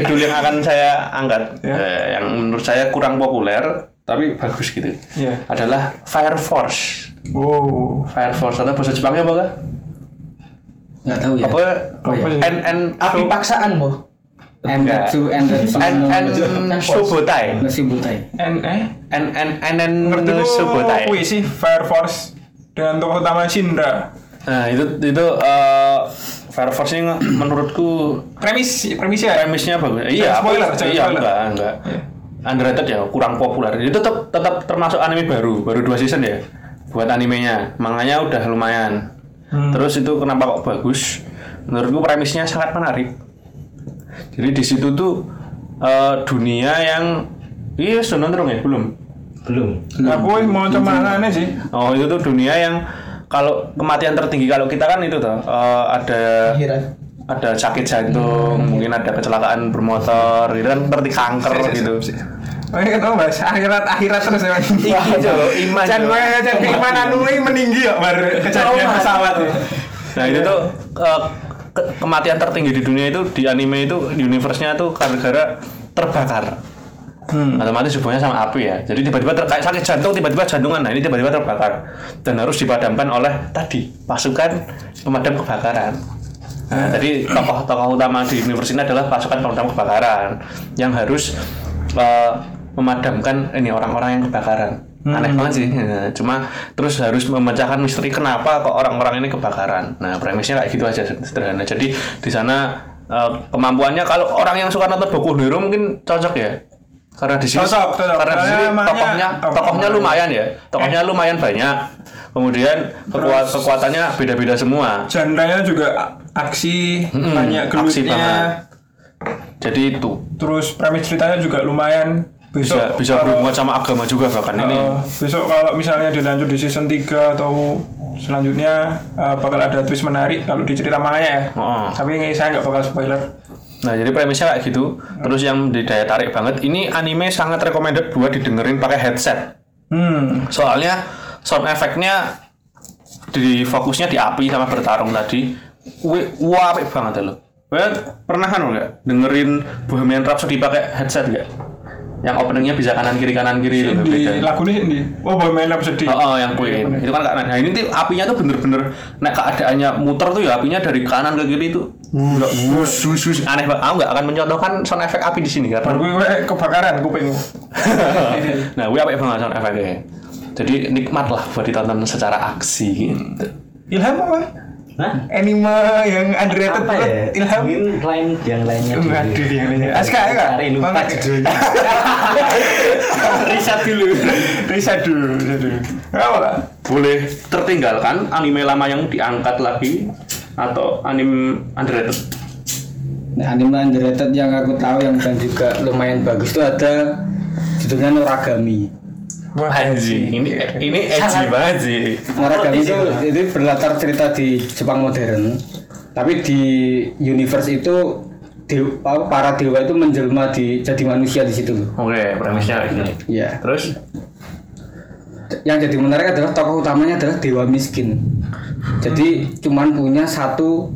judul yang akan saya angkat, Ya. Eh, yang menurut saya kurang populer tapi bagus gitu. Iya. Adalah Fire Force. Wow. Fire Force atau bahasa Jepangnya apa? Kak? nggak tahu ya Apa? Apa sih? Oh, iya. N N Api paksaan, boh. Endatsu Endatsu N N no- Subotai. Nasi butai En eh N N N N ngerti kok Subotai. kuwi sih Fire Force dengan tokoh utama Shinra. Nah itu itu eh, Fire Force ini nge- menurutku Premis premis ya. premisnya bagus. Iya, Jangan spoiler, aku- jangan iya, spoiler. enggak, enggak. Underrated ya, kurang populer. Itu tetap tetap termasuk anime baru, baru dua season ya buat animenya. Manganya udah lumayan. Hmm. Terus itu kenapa kok bagus? Menurutku premisnya sangat menarik. Jadi di situ tuh eh, dunia yang iya sudah nonton ya belum? Aku wis mau cuma aneh sih. Oh itu tuh dunia yang kalau kematian tertinggi kalau kita kan itu tuh eh, ada Akhirat. ada sakit jantung, mungkin ada kecelakaan bermotor, gitu kan seperti kanker gitu. Oh iya tau mas, akhirat akhirat terus ya mas. Iki, Jo, Iya, iman, Can Jo. gue can keimanan lu ini meninggi ya bar kejadian Trauma. pesawat ya. Nah itu tuh eh, ke- kematian tertinggi di dunia itu di anime itu di universe-nya tuh gara-gara terbakar. otomatis hubungannya sama api ya jadi tiba-tiba terkait sakit jantung tiba-tiba jantungan nah ini tiba-tiba terbakar dan harus dipadamkan oleh tadi pasukan pemadam kebakaran nah, Hmm. jadi tokoh-tokoh utama di universitas ini adalah pasukan pemadam kebakaran yang harus eh, memadamkan ini orang-orang yang kebakaran Hmm. aneh banget sih ya. cuma terus harus memecahkan misteri kenapa kok orang-orang ini kebakaran nah premisnya kayak gitu aja sederhana jadi di sana eh, kemampuannya kalau orang yang suka nonton Boku no Hero mungkin cocok ya karena di sini Cocok, cocok. karena di sini Karena emangnya- Oh, Eh. tokohnya tokohnya lumayan ya tokohnya lumayan banyak kemudian kekuat, kekuatannya beda-beda semua Genrenya juga aksi, banyak aksi gelutnya, banget. jadi itu terus premis ceritanya juga lumayan. bisa Besok bisa kalau- berhubungan sama agama juga bahkan ini Uh, besok kalau misalnya dilanjut di season 3 atau selanjutnya uh, bakal ada twist menarik kalau di cerita manganya ya. Oh. Tapi ini saya nggak bakal spoiler. Nah, jadi premisnya kayak gitu. Terus yang di daya tarik banget, ini anime sangat recommended buat didengerin pakai headset. Hmm, Soalnya sound efeknya di fokusnya di api sama bertarung tadi. Kuwi- Wah, apik banget loh. Kalian pernah kan nggak dengerin Bohemian Rhapsody pakai headset nggak? Yang openingnya bisa kanan kiri kanan kiri itu di Iya, beda. lagu ini di oh boy main up sedih. Oh, oh, yang kuin itu kan kanan. Nah, ini tuh apinya tuh bener-bener nek keadaannya muter tuh ya apinya dari kanan ke kiri itu nggak wus wus wus aneh banget. Aku nggak akan mencontohkan sound efek api di sini karena Baru gue eh, kebakaran kupingku. nah, gue apa banget sound efeknya. Jadi nikmat lah buat ditonton secara aksi gitu. Ilham apa? Hah? Anime yang underrated Apa banget. ya? Ilham. Mungkin lain yang lainnya. dulu. Waduh, yang ini. Aska, ya nggak? Cari lupa Mangga. judulnya. Riset dulu. Riset dulu, riset dulu. Apa lah? Boleh tertinggalkan anime lama yang diangkat lagi atau anime underrated. Nah, anime underrated yang aku tahu yang dan juga lumayan bagus itu ada judulnya Noragami. Wah, Anjing, ini ini edgy banget sih. Noragami itu itu berlatar cerita di Jepang modern. Tapi di universe itu dewa- apa, para dewa itu menjelma di jadi manusia di situ. Oke, premisnya kayak gini. Ya. Terus Yang jadi menarik adalah tokoh utamanya adalah dewa miskin. Jadi cuman punya satu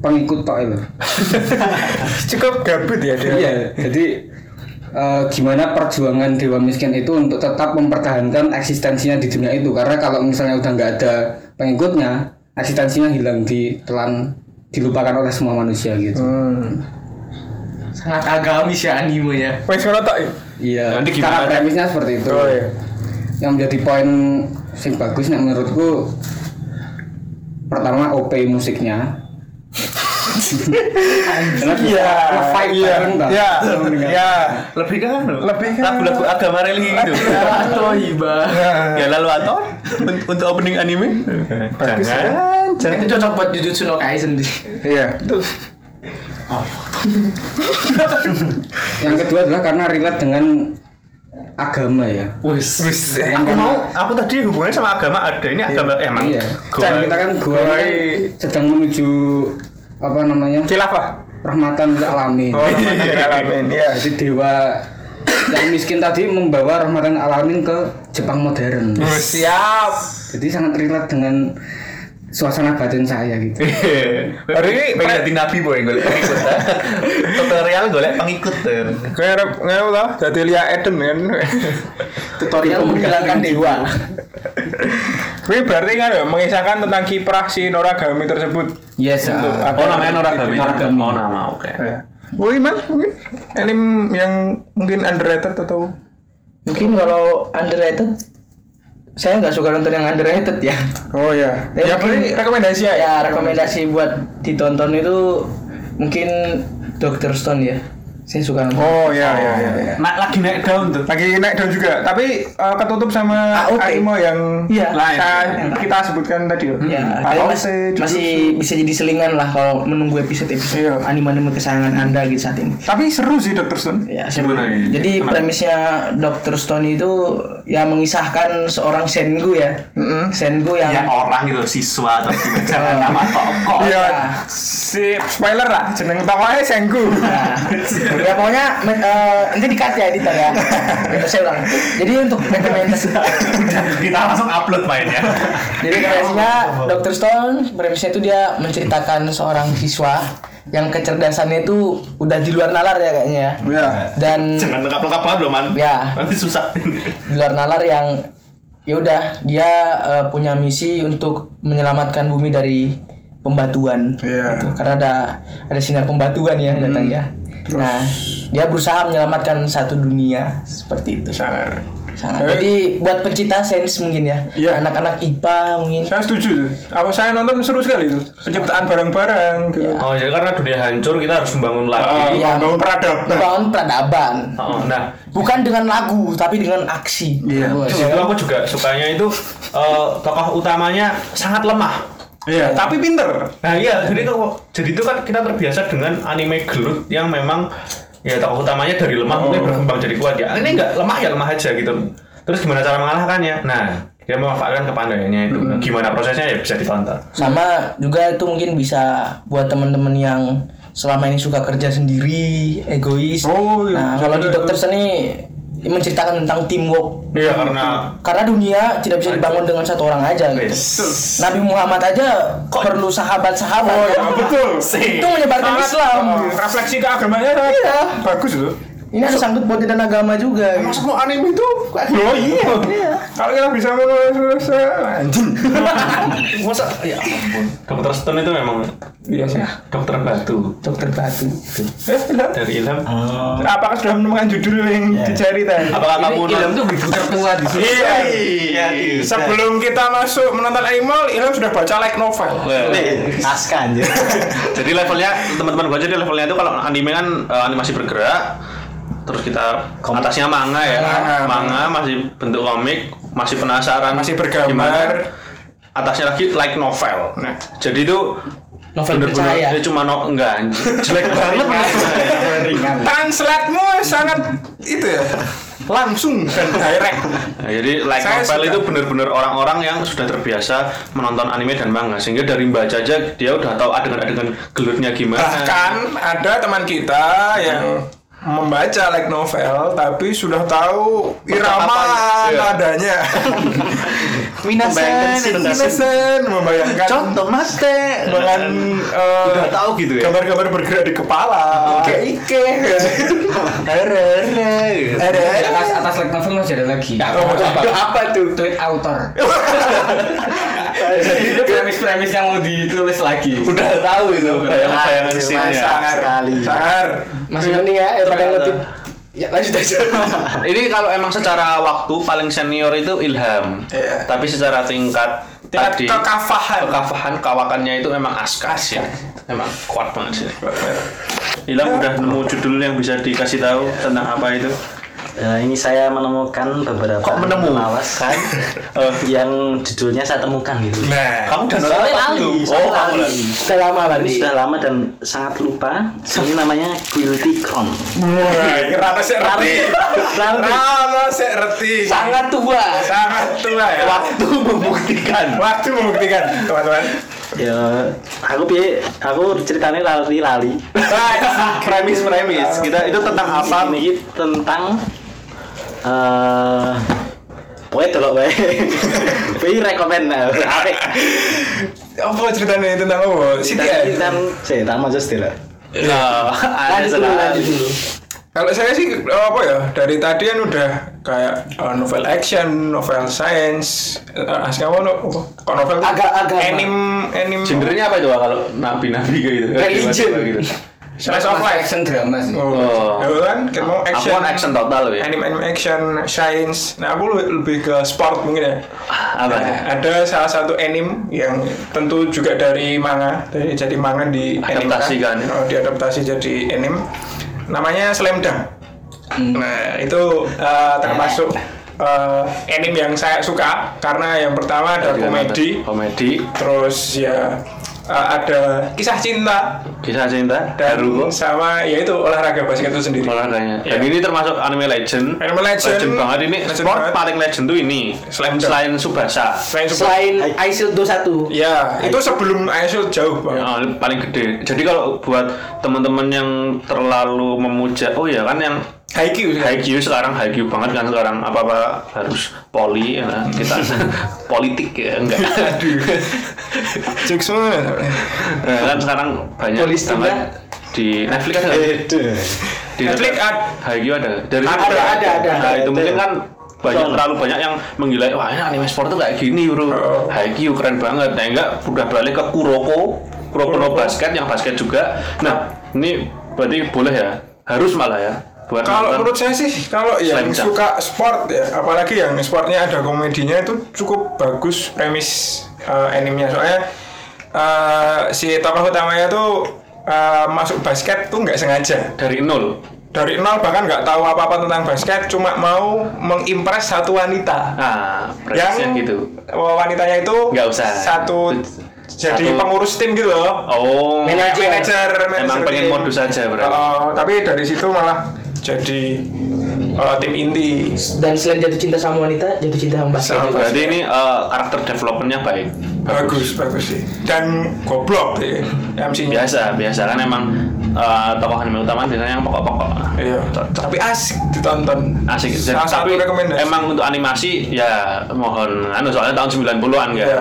pengikut tok itu. Cukup gabut ya dia. Iya, jadi eh, gimana perjuangan dewa miskin itu untuk tetap mempertahankan eksistensinya di dunia itu karena kalau misalnya udah nggak ada pengikutnya, eksistensinya hilang ditelan dilupakan oleh semua manusia gitu. Hmm. sangat agamis ya animenya Wes ngono tok. ya? Iya. Nanti Karena gimana? premisnya seperti itu. Oh, iya. Yang menjadi poin sing bagus nek menurutku pertama OP musiknya. ya. Karena Iya, nge-fight iya, bareng, Bang. iya, iya. lebih kan Lebih kan. lagu-lagu agama religi gitu. atau hibah ya lalu atau un- untuk opening anime Bagus ya. itu cocok buat Jujutsu no Kaisen sih Iya. Yang kedua adalah karena relate dengan agama ya. wis Wis. aku mau aku tadi hubungannya sama agama ada ini agama eh, emang Iya. gua- Dan kita kan gua ini kan sedang menuju apa namanya? Khilafah. rahmatan lil alamin. Oh, alamin. Iya. Jadi dewa yang miskin tadi membawa rahmatan lil alamin ke Jepang modern. Siap. Jadi sangat relate dengan suasana batin saya gitu. Hari ini pengen jadi nabi boy golek pengikut ah. tutorial golek pengikut ya. ter Gue harap ngewu lah, jadi Lia Eden kan. tutorial menghilangkan dewa Gue berarti kan ya, mengisahkan tentang kiprah si Noragami tersebut. Yes. Untuk ah. apa- oh namanya Noragami oh nama oke Iya. Woi mas, mungkin anime yang mungkin underrated atau mungkin kalau underrated saya nggak suka nonton yang underrated ya Oh iya. ya, Ya, Eh, ya mungkin- berarti rekomendasi ya. ya rekomendasi buat ditonton itu mungkin Dr. Stone ya saya suka nonton Oh ya ya ya. ya. Nah, lagi naik daun tuh Lagi naik daun juga, tapi eh, ketutup sama AOT. anime yang Ah, Iya. lain. Yang lain. kita sebutkan tadi loh. Ya, Hmm. kalian AOT, mas- masih Jujutsu. bisa jadi selingan lah kalau menunggu episode-episode Iya. anime-anime kesayangan Anda gitu saat ini. Tapi seru sih Dr. Stone. Ya, seru. Jadi premisnya Dr. Stone itu ya mengisahkan seorang sengu ya. Sengu yang Ya, Yang orang gitu siswa atau gimana jangan nama tokoh. Ya, Iya. ya. Si spoiler lah, jeneng tokohnya Sengu. Nah, ya pokoknya me- eh, nanti dikat ya editor ya. Itu saya ulang. Jadi untuk rekomendasi Kita langsung upload mainnya. Iya. Jadi premisnya Dr. Stone, premisnya itu dia menceritakan seorang siswa yang kecerdasannya itu udah di luar nalar ya kayaknya ya. Ya. Dan Jangan lengkap-lengkap banget loh, Man. Ya. Nanti susah. di luar nalar yang ya udah dia eh, punya misi untuk menyelamatkan bumi dari pembatuan Iya. Hmm. gitu. karena ada ada sinar pembatuan ya datang ya nah dia berusaha menyelamatkan satu dunia seperti itu Sangar. sangat Eh. jadi buat pecinta sains mungkin ya Iya. Nah. anak-anak IPA mungkin Saya setuju. Apa saya nonton seru sekali itu. Penciptaan barang-barang gitu. Ya. Oh, jadi karena dunia hancur kita harus membangun Ah, lagi. Iya. membangun peradaban. membangun peradaban Oh, nah, bukan dengan lagu tapi dengan aksi Iya. Wah, di situ aku juga sukanya itu eh, tokoh utamanya sangat lemah. Iya, tapi pinter. Nah iya, jadi itu jadi itu kan kita terbiasa dengan anime gelut yang memang ya tokoh utamanya dari lemah Oh. kemudian berkembang jadi kuat ya. Ini enggak lemah ya lemah aja gitu. Terus gimana cara mengalahkannya? Nah, dia memanfaatkan kepandaiannya itu. Hmm. Gimana prosesnya ya bisa ditonton. sama juga itu mungkin bisa buat teman-teman yang selama ini suka kerja sendiri egois Oh, iya. nah kalau di dokter seni menceritakan tentang teamwork Iya karena karena dunia tidak bisa dibangun dengan satu orang aja gitu. Nabi Muhammad aja perlu sahabat-sahabat Oh, kan? ya, betul. itu menyebarkan Sangat, Islam eh, refleksi keagamanya sangat Iya. bagus loh. ini ada sangkut pautnya dan agama juga gitu. Masuk lo anime itu? Oh iya. Kalau kita bisa selesai anjing. masa ya ampun. Dokter Stone itu memang Iya sih. dokter batu dokter batu Eh, benar. dari Ilham. Apakah sudah menemukan judul yang dicari tadi? Apakah kamu Ilham tuh buku tertua di sini. Iya. Iya, tidak. Sebelum kita masuk menonton Animal, Ilham sudah baca like novel. iya. Naskah anjir. jadi levelnya teman-teman gua jadi levelnya itu kalau anime kan eh, animasi bergerak terus kita atasnya manga ya Manga. manga masih bentuk komik masih penasaran ah, Masih bergambar. atasnya lagi like novel Nah. jadi itu Novel bener-bener percaya. ini cuma no, enggak anjir. jelek banget Translate-mu sangat itu ya. Langsung dan direct. Nah, jadi like Saya novel suka. itu benar-benar orang-orang yang sudah terbiasa menonton anime dan manga sehingga dari baca aja dia udah tahu adegan-adegan gelutnya gimana Bahkan ada teman kita yang membaca like novel tapi sudah tahu irama Percakapan, iya. nadanya. Membayangkan scene. Innocent membayangkan Contoh mate. dengan eh, Udah tahu gitu ya. Gambar-gambar bergerak di kepala. Oke, oke. Di Iya. Atas atas like novel masih ada lagi. Apa tuh? Tweet author. Jadi itu premis-premis yang mau ditulis lagi. Udah tahu itu. Bayang-bayangan scene-nya. Sangat sekali. Sangar. masih mending ya Eh, Eropa yang lebih Oh, ya lanjut aja Ini kalau emang secara waktu paling senior itu Ilham. Iya. Tapi secara tingkat Tingkat tadi kekafahan. kekafahan kawakannya itu memang askas ya. Emang kuat banget sih. Ilham udah nemu judul yang bisa dikasih tahu tentang apa itu. Eh, ini saya menemukan beberapa Kok menemu? pengawasan Eh. yang judulnya saya temukan gitu. Nah, Kamu udah nonton Soalnya lali, belum? soalnya Oh, kamu lali. lali. sudah lama Ini berarti sudah lama dan sangat lupa. Ini namanya Guilty Crown. wah, ini Rano sih reti. Rano sih reti. sangat tua Sangat tua ya. Waktu membuktikan. Waktu membuktikan, teman-teman. Ya, aku piye? Aku ceritanya lali-lali. Nah, Premis-premis. Kita itu tentang apa? Ini tentang eh Pokoknya delok wae. Kuwi rekomen. Nah, Apik. Apa ceritanya tentang apa? Siti Kita ya? kita sih tak maksud delok. Nah, ada lanjut dulu sekali. lanjut dulu Kalau saya sih eh, apa ya? Dari tadi kan udah kayak eh, novel action, novel science, uh, asli apa? no- apa? Kok novel? tuh? Agak- agak. Anim, anim. Gendernya apa coba kalau nabi-nabi kayak gitu? Religion. Kayak gitu. Slice of life. action drama sih. Oh. Oh, ya kan? Kita mau Aku action. kan action total ya. Anime, anime action, science. Nah, aku lebih, lebih ke sport mungkin ya. Apa? Ada salah satu anime yang tentu juga dari manga, dari jadi manga di Adaptasi kan, ya? Oh, diadaptasi jadi anime. Namanya Slam Dunk. Hmm. Nah, itu eh, termasuk eh, anime yang saya suka karena yang pertama ada komedi, Komedi. terus ya eh, ada kisah cinta Kisah cinta. dan Haru. sama ya itu olahraga basket itu sendiri. olahraganya. Dan Iya. ini termasuk anime legend. Anime legend. banget ini. Legend sport banget. paling legend tuh ini. Slam Dunk. Selain Subasa. Selain super- selain Aisil 21 Ya, itu sebelum Aisyul jauh banget. Ya, paling gede. Jadi kalau buat teman-teman yang terlalu memuja, oh ya kan yang Haikyuu sih. High sekarang high banget kan sekarang apa apa harus poli ya kan? kita politik ya enggak Jackson Nah, kan sekarang banyak Polistik, banget ya? di Netflix ada di Netflix ad- Haikyuu ada dari Ada, situ. ada, ada, Nah, ada. itu mungkin kan banyak terlalu banyak yang menggilai wah ini anime sport tuh kayak gini bro Oh. Haikyuu keren banget nah enggak udah balik ke Kuroko Kuroko no basket yang basket juga nah ini berarti boleh ya harus malah ya buat Kalau nonton. menurut saya sih, kalau Slam yang Dunk. suka sport ya, apalagi yang sportnya ada komedinya itu cukup bagus premis uh, animenya. Soalnya uh, si tokoh utamanya tuh uh, masuk basket tuh nggak sengaja. dari nol Dari nol bahkan nggak tahu apa-apa tentang basket, cuma mau mengimpress satu wanita. ah premisnya Yang gitu wanitanya itu Nggak usah. satu Itu- jadi satu- pengurus tim gitu loh. oh Manajer, manajer, emang pengen tim. modus aja berarti gitu. Oh, tapi dari situ malah jadi uh, tim inti. Dan selain jatuh cinta sama wanita, jatuh cinta sama basket. Sama juga. berarti ini eh, karakter developmentnya baik bagus bagus sih dan goblok ya MC nya biasa biasa kan emang eh, tokoh anime utama biasanya yang pokok-pokok iya Cocok. tapi asik ditonton asik salah satu tapi rekomendasi emang untuk animasi ya mohon anu soalnya tahun 90-an kan ya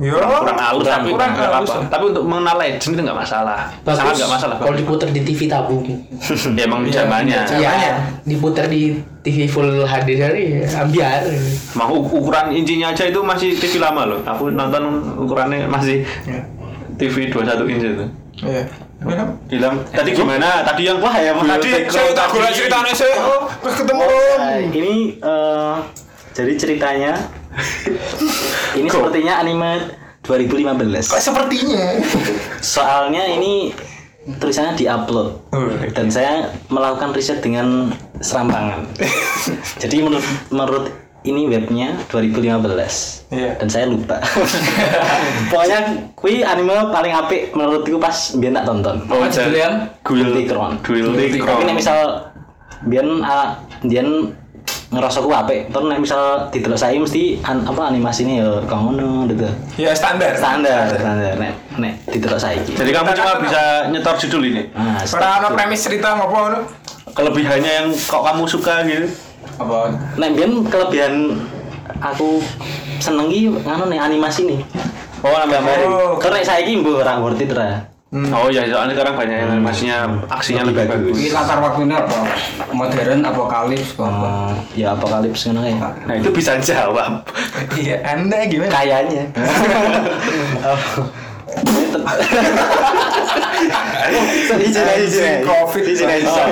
Yo, kurang halus tapi Oh, kurang nggak halus apa-apa. tapi untuk mengenal legend itu nggak masalah Bagus. sangat nggak masalah Kalau diputer di TV tabung. ya, emang Iya, zamannya iya. Caranya? diputer di TV full HD dari ambiar. emang uk- ukuran incinya aja itu masih TV lama loh aku nonton ukurannya masih Iya. TV 21 inci itu Iya. Iya. bilang Eh, tadi gimana tadi yang wah ya tadi saya tak gula ceritanya saya oh, pas ketemu om Nah, ini eh, jadi ceritanya ini sepertinya anime 2015 sepertinya soalnya ini tulisannya diupload dan saya melakukan riset dengan serampangan jadi menurut menurut ini webnya 2015 Iya. dan saya lupa pokoknya kui anime paling apik menurutku pas biar tak tonton Oh, jadi Guilty Guilty Crown. Guilty tapi nek Crown. misal biar ah, biar ngerasa ku apik terus nek misal didelok saya mesti an, apa animasi ini ya kok ngono gitu ya standar standar standar nek nek didelok saiki Ah, Jadi kamu cuma bisa nyetor judul ini. Nah, Ora ana premis cerita ngopo ngono Kelebihannya yang kok kamu suka gitu. apa Nek biyen kelebihan aku seneng ki ngono nih animasi nih. Oh, nambah Oh. Kalau nek saiki mbuh ora worth it ra. Oh ya, soalnya sekarang banyak yang animasinya aksinya Hmm. lebih, bagus. ini latar waktunya apa modern apokalips apa Eh, ya apokalips ngono ya. Nah, itu bisa jawab. iya anda gimana Kayaknya. Oh. Izin aja, izin aja. Covid. Izin aja. Oh.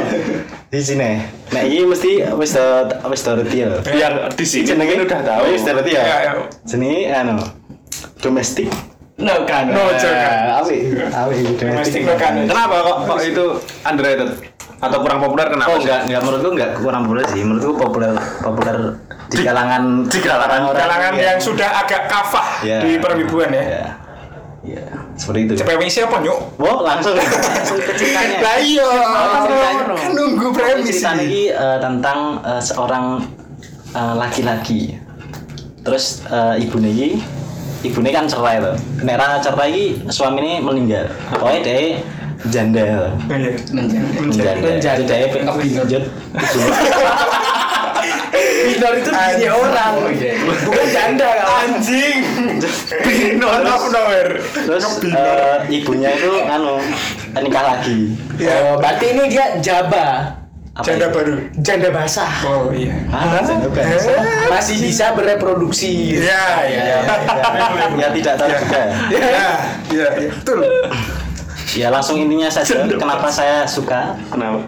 Izin aja. Nek iki Nah, mesti wis do- wis do reti ya. Biar di sini mungkin udah tahu. Wis do reti ya ya ya. Jenenge anu domestik. No kan. no jangan Eh, Apik, apik Oh, domestik domestik. makan Kenapa kok, kok itu underrated atau kurang populer kenapa? Oh enggak, enggak menurutku enggak kurang populer sih. Menurutku populer populer di kalangan ya. di kalangan orang-orang kalangan yang sudah agak kafah Ya. di perwibuan ya ya. Ya, seperti itu. Premisnya apa nyok? Wow, langsung langsung ke ceritanya. Lah iya, ceritanya, kan Bro. nunggu premis Cerita ini. ini eh, tentang eh, seorang eh, laki-laki. Terus eh, ibune iki ibune kan cerai tuh. Nek ra cerai iki suamine meninggal. Pokoknya dia janda. tuh. Iya. Menjanda. Menjanda. Jadi dia pinjol. Minor itu Anjing. bini orang. Oh, iya. Bukan janda kan. Anjing. Binor of nowhere. Terus eh, ibunya itu anu nikah lagi. Ya, Oh, berarti ini dia jaba. Apa janda itu? baru. Janda basah. Oh iya. Ah, janda baru. Masih bisa bereproduksi. Iya, iya. Ya tidak tahu juga. Iya, iya, iya. Betul. Ya langsung intinya saja kenapa saya suka Kenapa?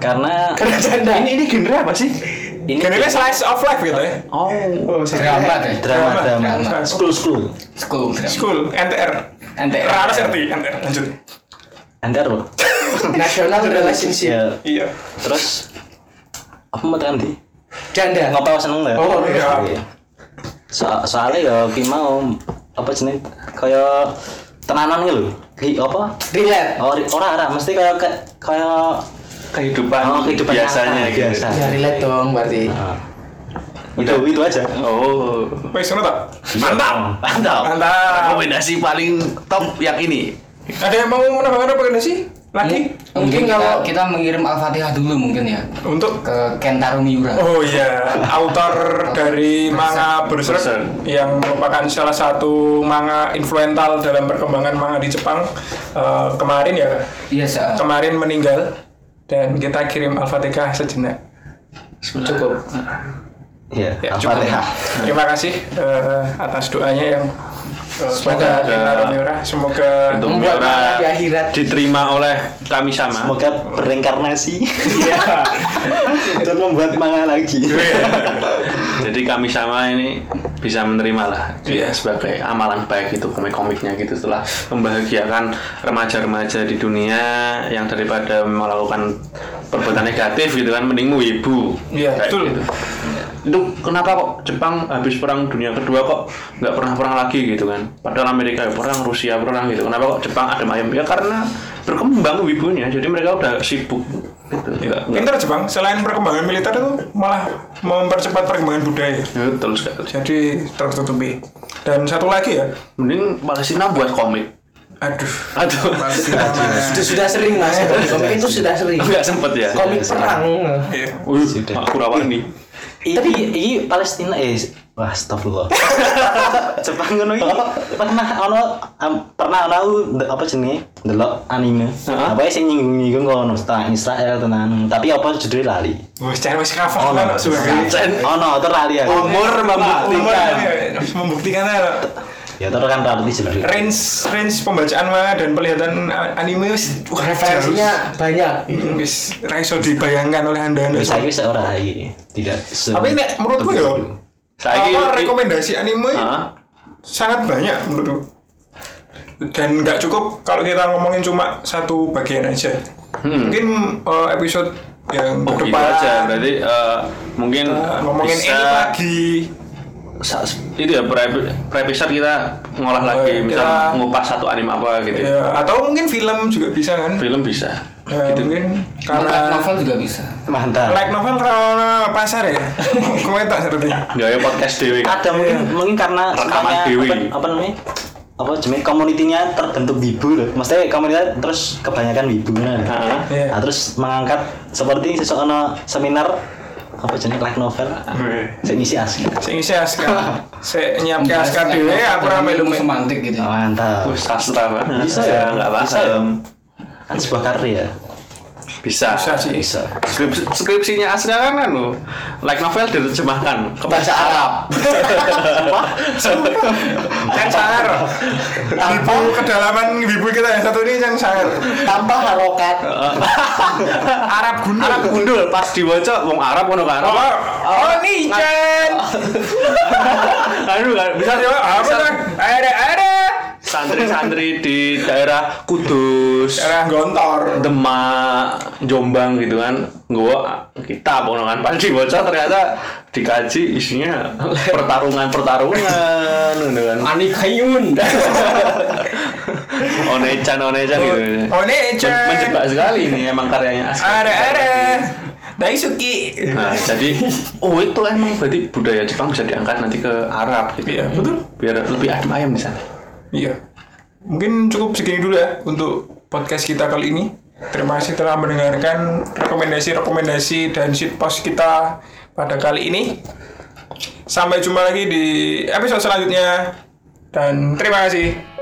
karena Karena janda. Ini ini genre apa sih? ini Kayaknya slice of life gitu ya. oh Oh, serial Iya. empat ya Eh, drama drama Drama. school school school drama School, NTR. NTR. Rara Serti, NTR. Lanjut. antar loh National relationship. ya Iya. terus apa mau tekan di Janda. ngopel seneng nggak Oh, iya. so soalnya ya ki mau apa jenis kaya tenanan gitu loh Ki- apa Relate. Oh, ri- ora ora mesti kaya ke- kaya Kehidupan, Oh, kehidupan biasanya nyata, gitu. biasa. Ya relate dong berarti. itu itu Gitu, aja Oh. Wes ngono tak? Mantap. Mantap. Mantap. Rekomendasi paling top yang ini. Ada yang mau menambahkan rekomendasi? lagi Mungkin Mungkin kita, kalau- kita mengirim Al-Fatihah dulu mungkin ya untuk ke Kentaro Miura. Oh iya, autor dari manga Berserk Berserk. yang merupakan salah satu manga influental dalam perkembangan manga di Jepang eh, kemarin ya, Iya, Sa. kemarin meninggal dan kita kirim Al-Fatihah sejenak. cukup. Iya, Ya, cukup. Al-Fatihah. Terima kasih eh, atas doanya yang eh, semoga Kentaro Miura, semoga Untuk Membuat Miura malam di akhirat. diterima oleh kami sama. Semoga bereinkarnasi Iya. dan membuat manga lagi. Iya. Jadi kami sama ini bisa menerima lah dia Iya. sebagai amalan baik itu komik-komiknya gitu setelah membahagiakan remaja-remaja di dunia yang daripada melakukan perbuatan negatif gitu kan mending wibu. gitu. Iya, betul. Itu kenapa kok Jepang habis perang dunia kedua kok nggak pernah perang lagi gitu kan? Padahal Amerika ya perang, Rusia perang gitu. Kenapa kok Jepang adem ayem? Ya karena berkembang wibunya. Jadi mereka udah sibuk gitu. Nggak- nggak- pintar Jepang. Selain perkembangan militer itu malah mempercepat perkembangan budaya. Betul sekali. Jadi tertutupi. Dan satu lagi ya, Mending Palestina buat komik. aduh. Aduh, Sudah, sudah sering mas, komik itu sudah sering. nggak sempet ya. Komik perang. Iya. Wih, aku rawan nih. Tapi ini Iya, Palestina eh wah astagfirullah. Jepang ngono iki pernah ono am- pernah ono aku nde- apa jenenge ndelok anime. Apa sih nyinggung-nyinggung kono tentang Israel tenan. Tapi apa judulnya lali. Wah, jangan masih ngafal Ono Lalo, sebagai ono terus lali ya. Umur membuktikan. Harus membuktikan Lalo. Ya terus kan berarti judulnya. range range pembacaan mah dan pelihatan a- anime wis wah, jauh. Referensinya banyak. wis ra iso dibayangkan oleh anda anda Wis saiki wis ora iki. Tidak. se- tapi nek menurutku ya Saiki- apa rekomendasi anime Hah? sangat banyak menurutku dan nggak cukup kalau kita ngomongin cuma satu bagian aja mungkin eh, episode yang Hmm. Oh, gitu kedepan aja. Berarti eh, mungkin eh, ngomongin bisa ini lagi sa- itu ya per per episode kita ngolah lagi, Oh, misal kita- ngupas satu anime apa gitu. ya, atau mungkin film juga bisa kan Film gitu. bisa. Eh, mungkin Light karena novel juga bisa. mantap. Like novel karena pasar ya? Kowe tak seperti Gak ya podcast dewi. ada mungkin mungkin karena Rekaman semuanya Dewi. apa, apa namanya apa jemin komunitinya terbentuk wibu loh maksudnya komunitas terus kebanyakan wibunya loh. Heeh. Iya. nah, terus mengangkat seperti sesuatu seminar apa jenis light novel saya ngisi asli Sing isi aska. Saya nyiapke aska dhewe Ya, aku Dengan ra melu. ilmu semantik gitu. oh, mantap Wih, sastra banget. bisa ya Nggak bisa apa-apa. ya kan sebuah karya Bisa. Bisa sih. bisa Skripsi- skripsinya asli kan kan lo. Like novel diterjemahkan ke bahasa Arab. Yang sangar. Ibu kedalaman ibu kita yang satu ini yang sangar. Tanpa harokat. Arab gundul. Arab gundul pas dibaca wong Arab ngono kan. Oh, oh nih Jen. Aduh, nggak- Anu bisa Ayo, apa bisa- tuh? Ada ada. santri-santri di daerah Kudus, Cara gontor. Demak, Jombang gitu kan. Gua kita ngono kan panci bocah ternyata dikaji isinya pertarungan-pertarungan gitu kan. Ani Kayun. Onechan onechan gitu. Oh nih Jen. Men- Menjebak sekali ini emang karyanya asli. Ada ada. Daisuki. Nah, jadi oh itu emang berarti budaya Jepang bisa diangkat nanti ke Arab gitu. Iya, betul. Biar lebih adem ayam di sana. Iya. Mungkin cukup segini dulu ya untuk podcast kita kali ini. Terima kasih telah mendengarkan rekomendasi-rekomendasi dan shitpost kita pada kali ini. Sampai jumpa lagi di episode selanjutnya. Dan terima kasih.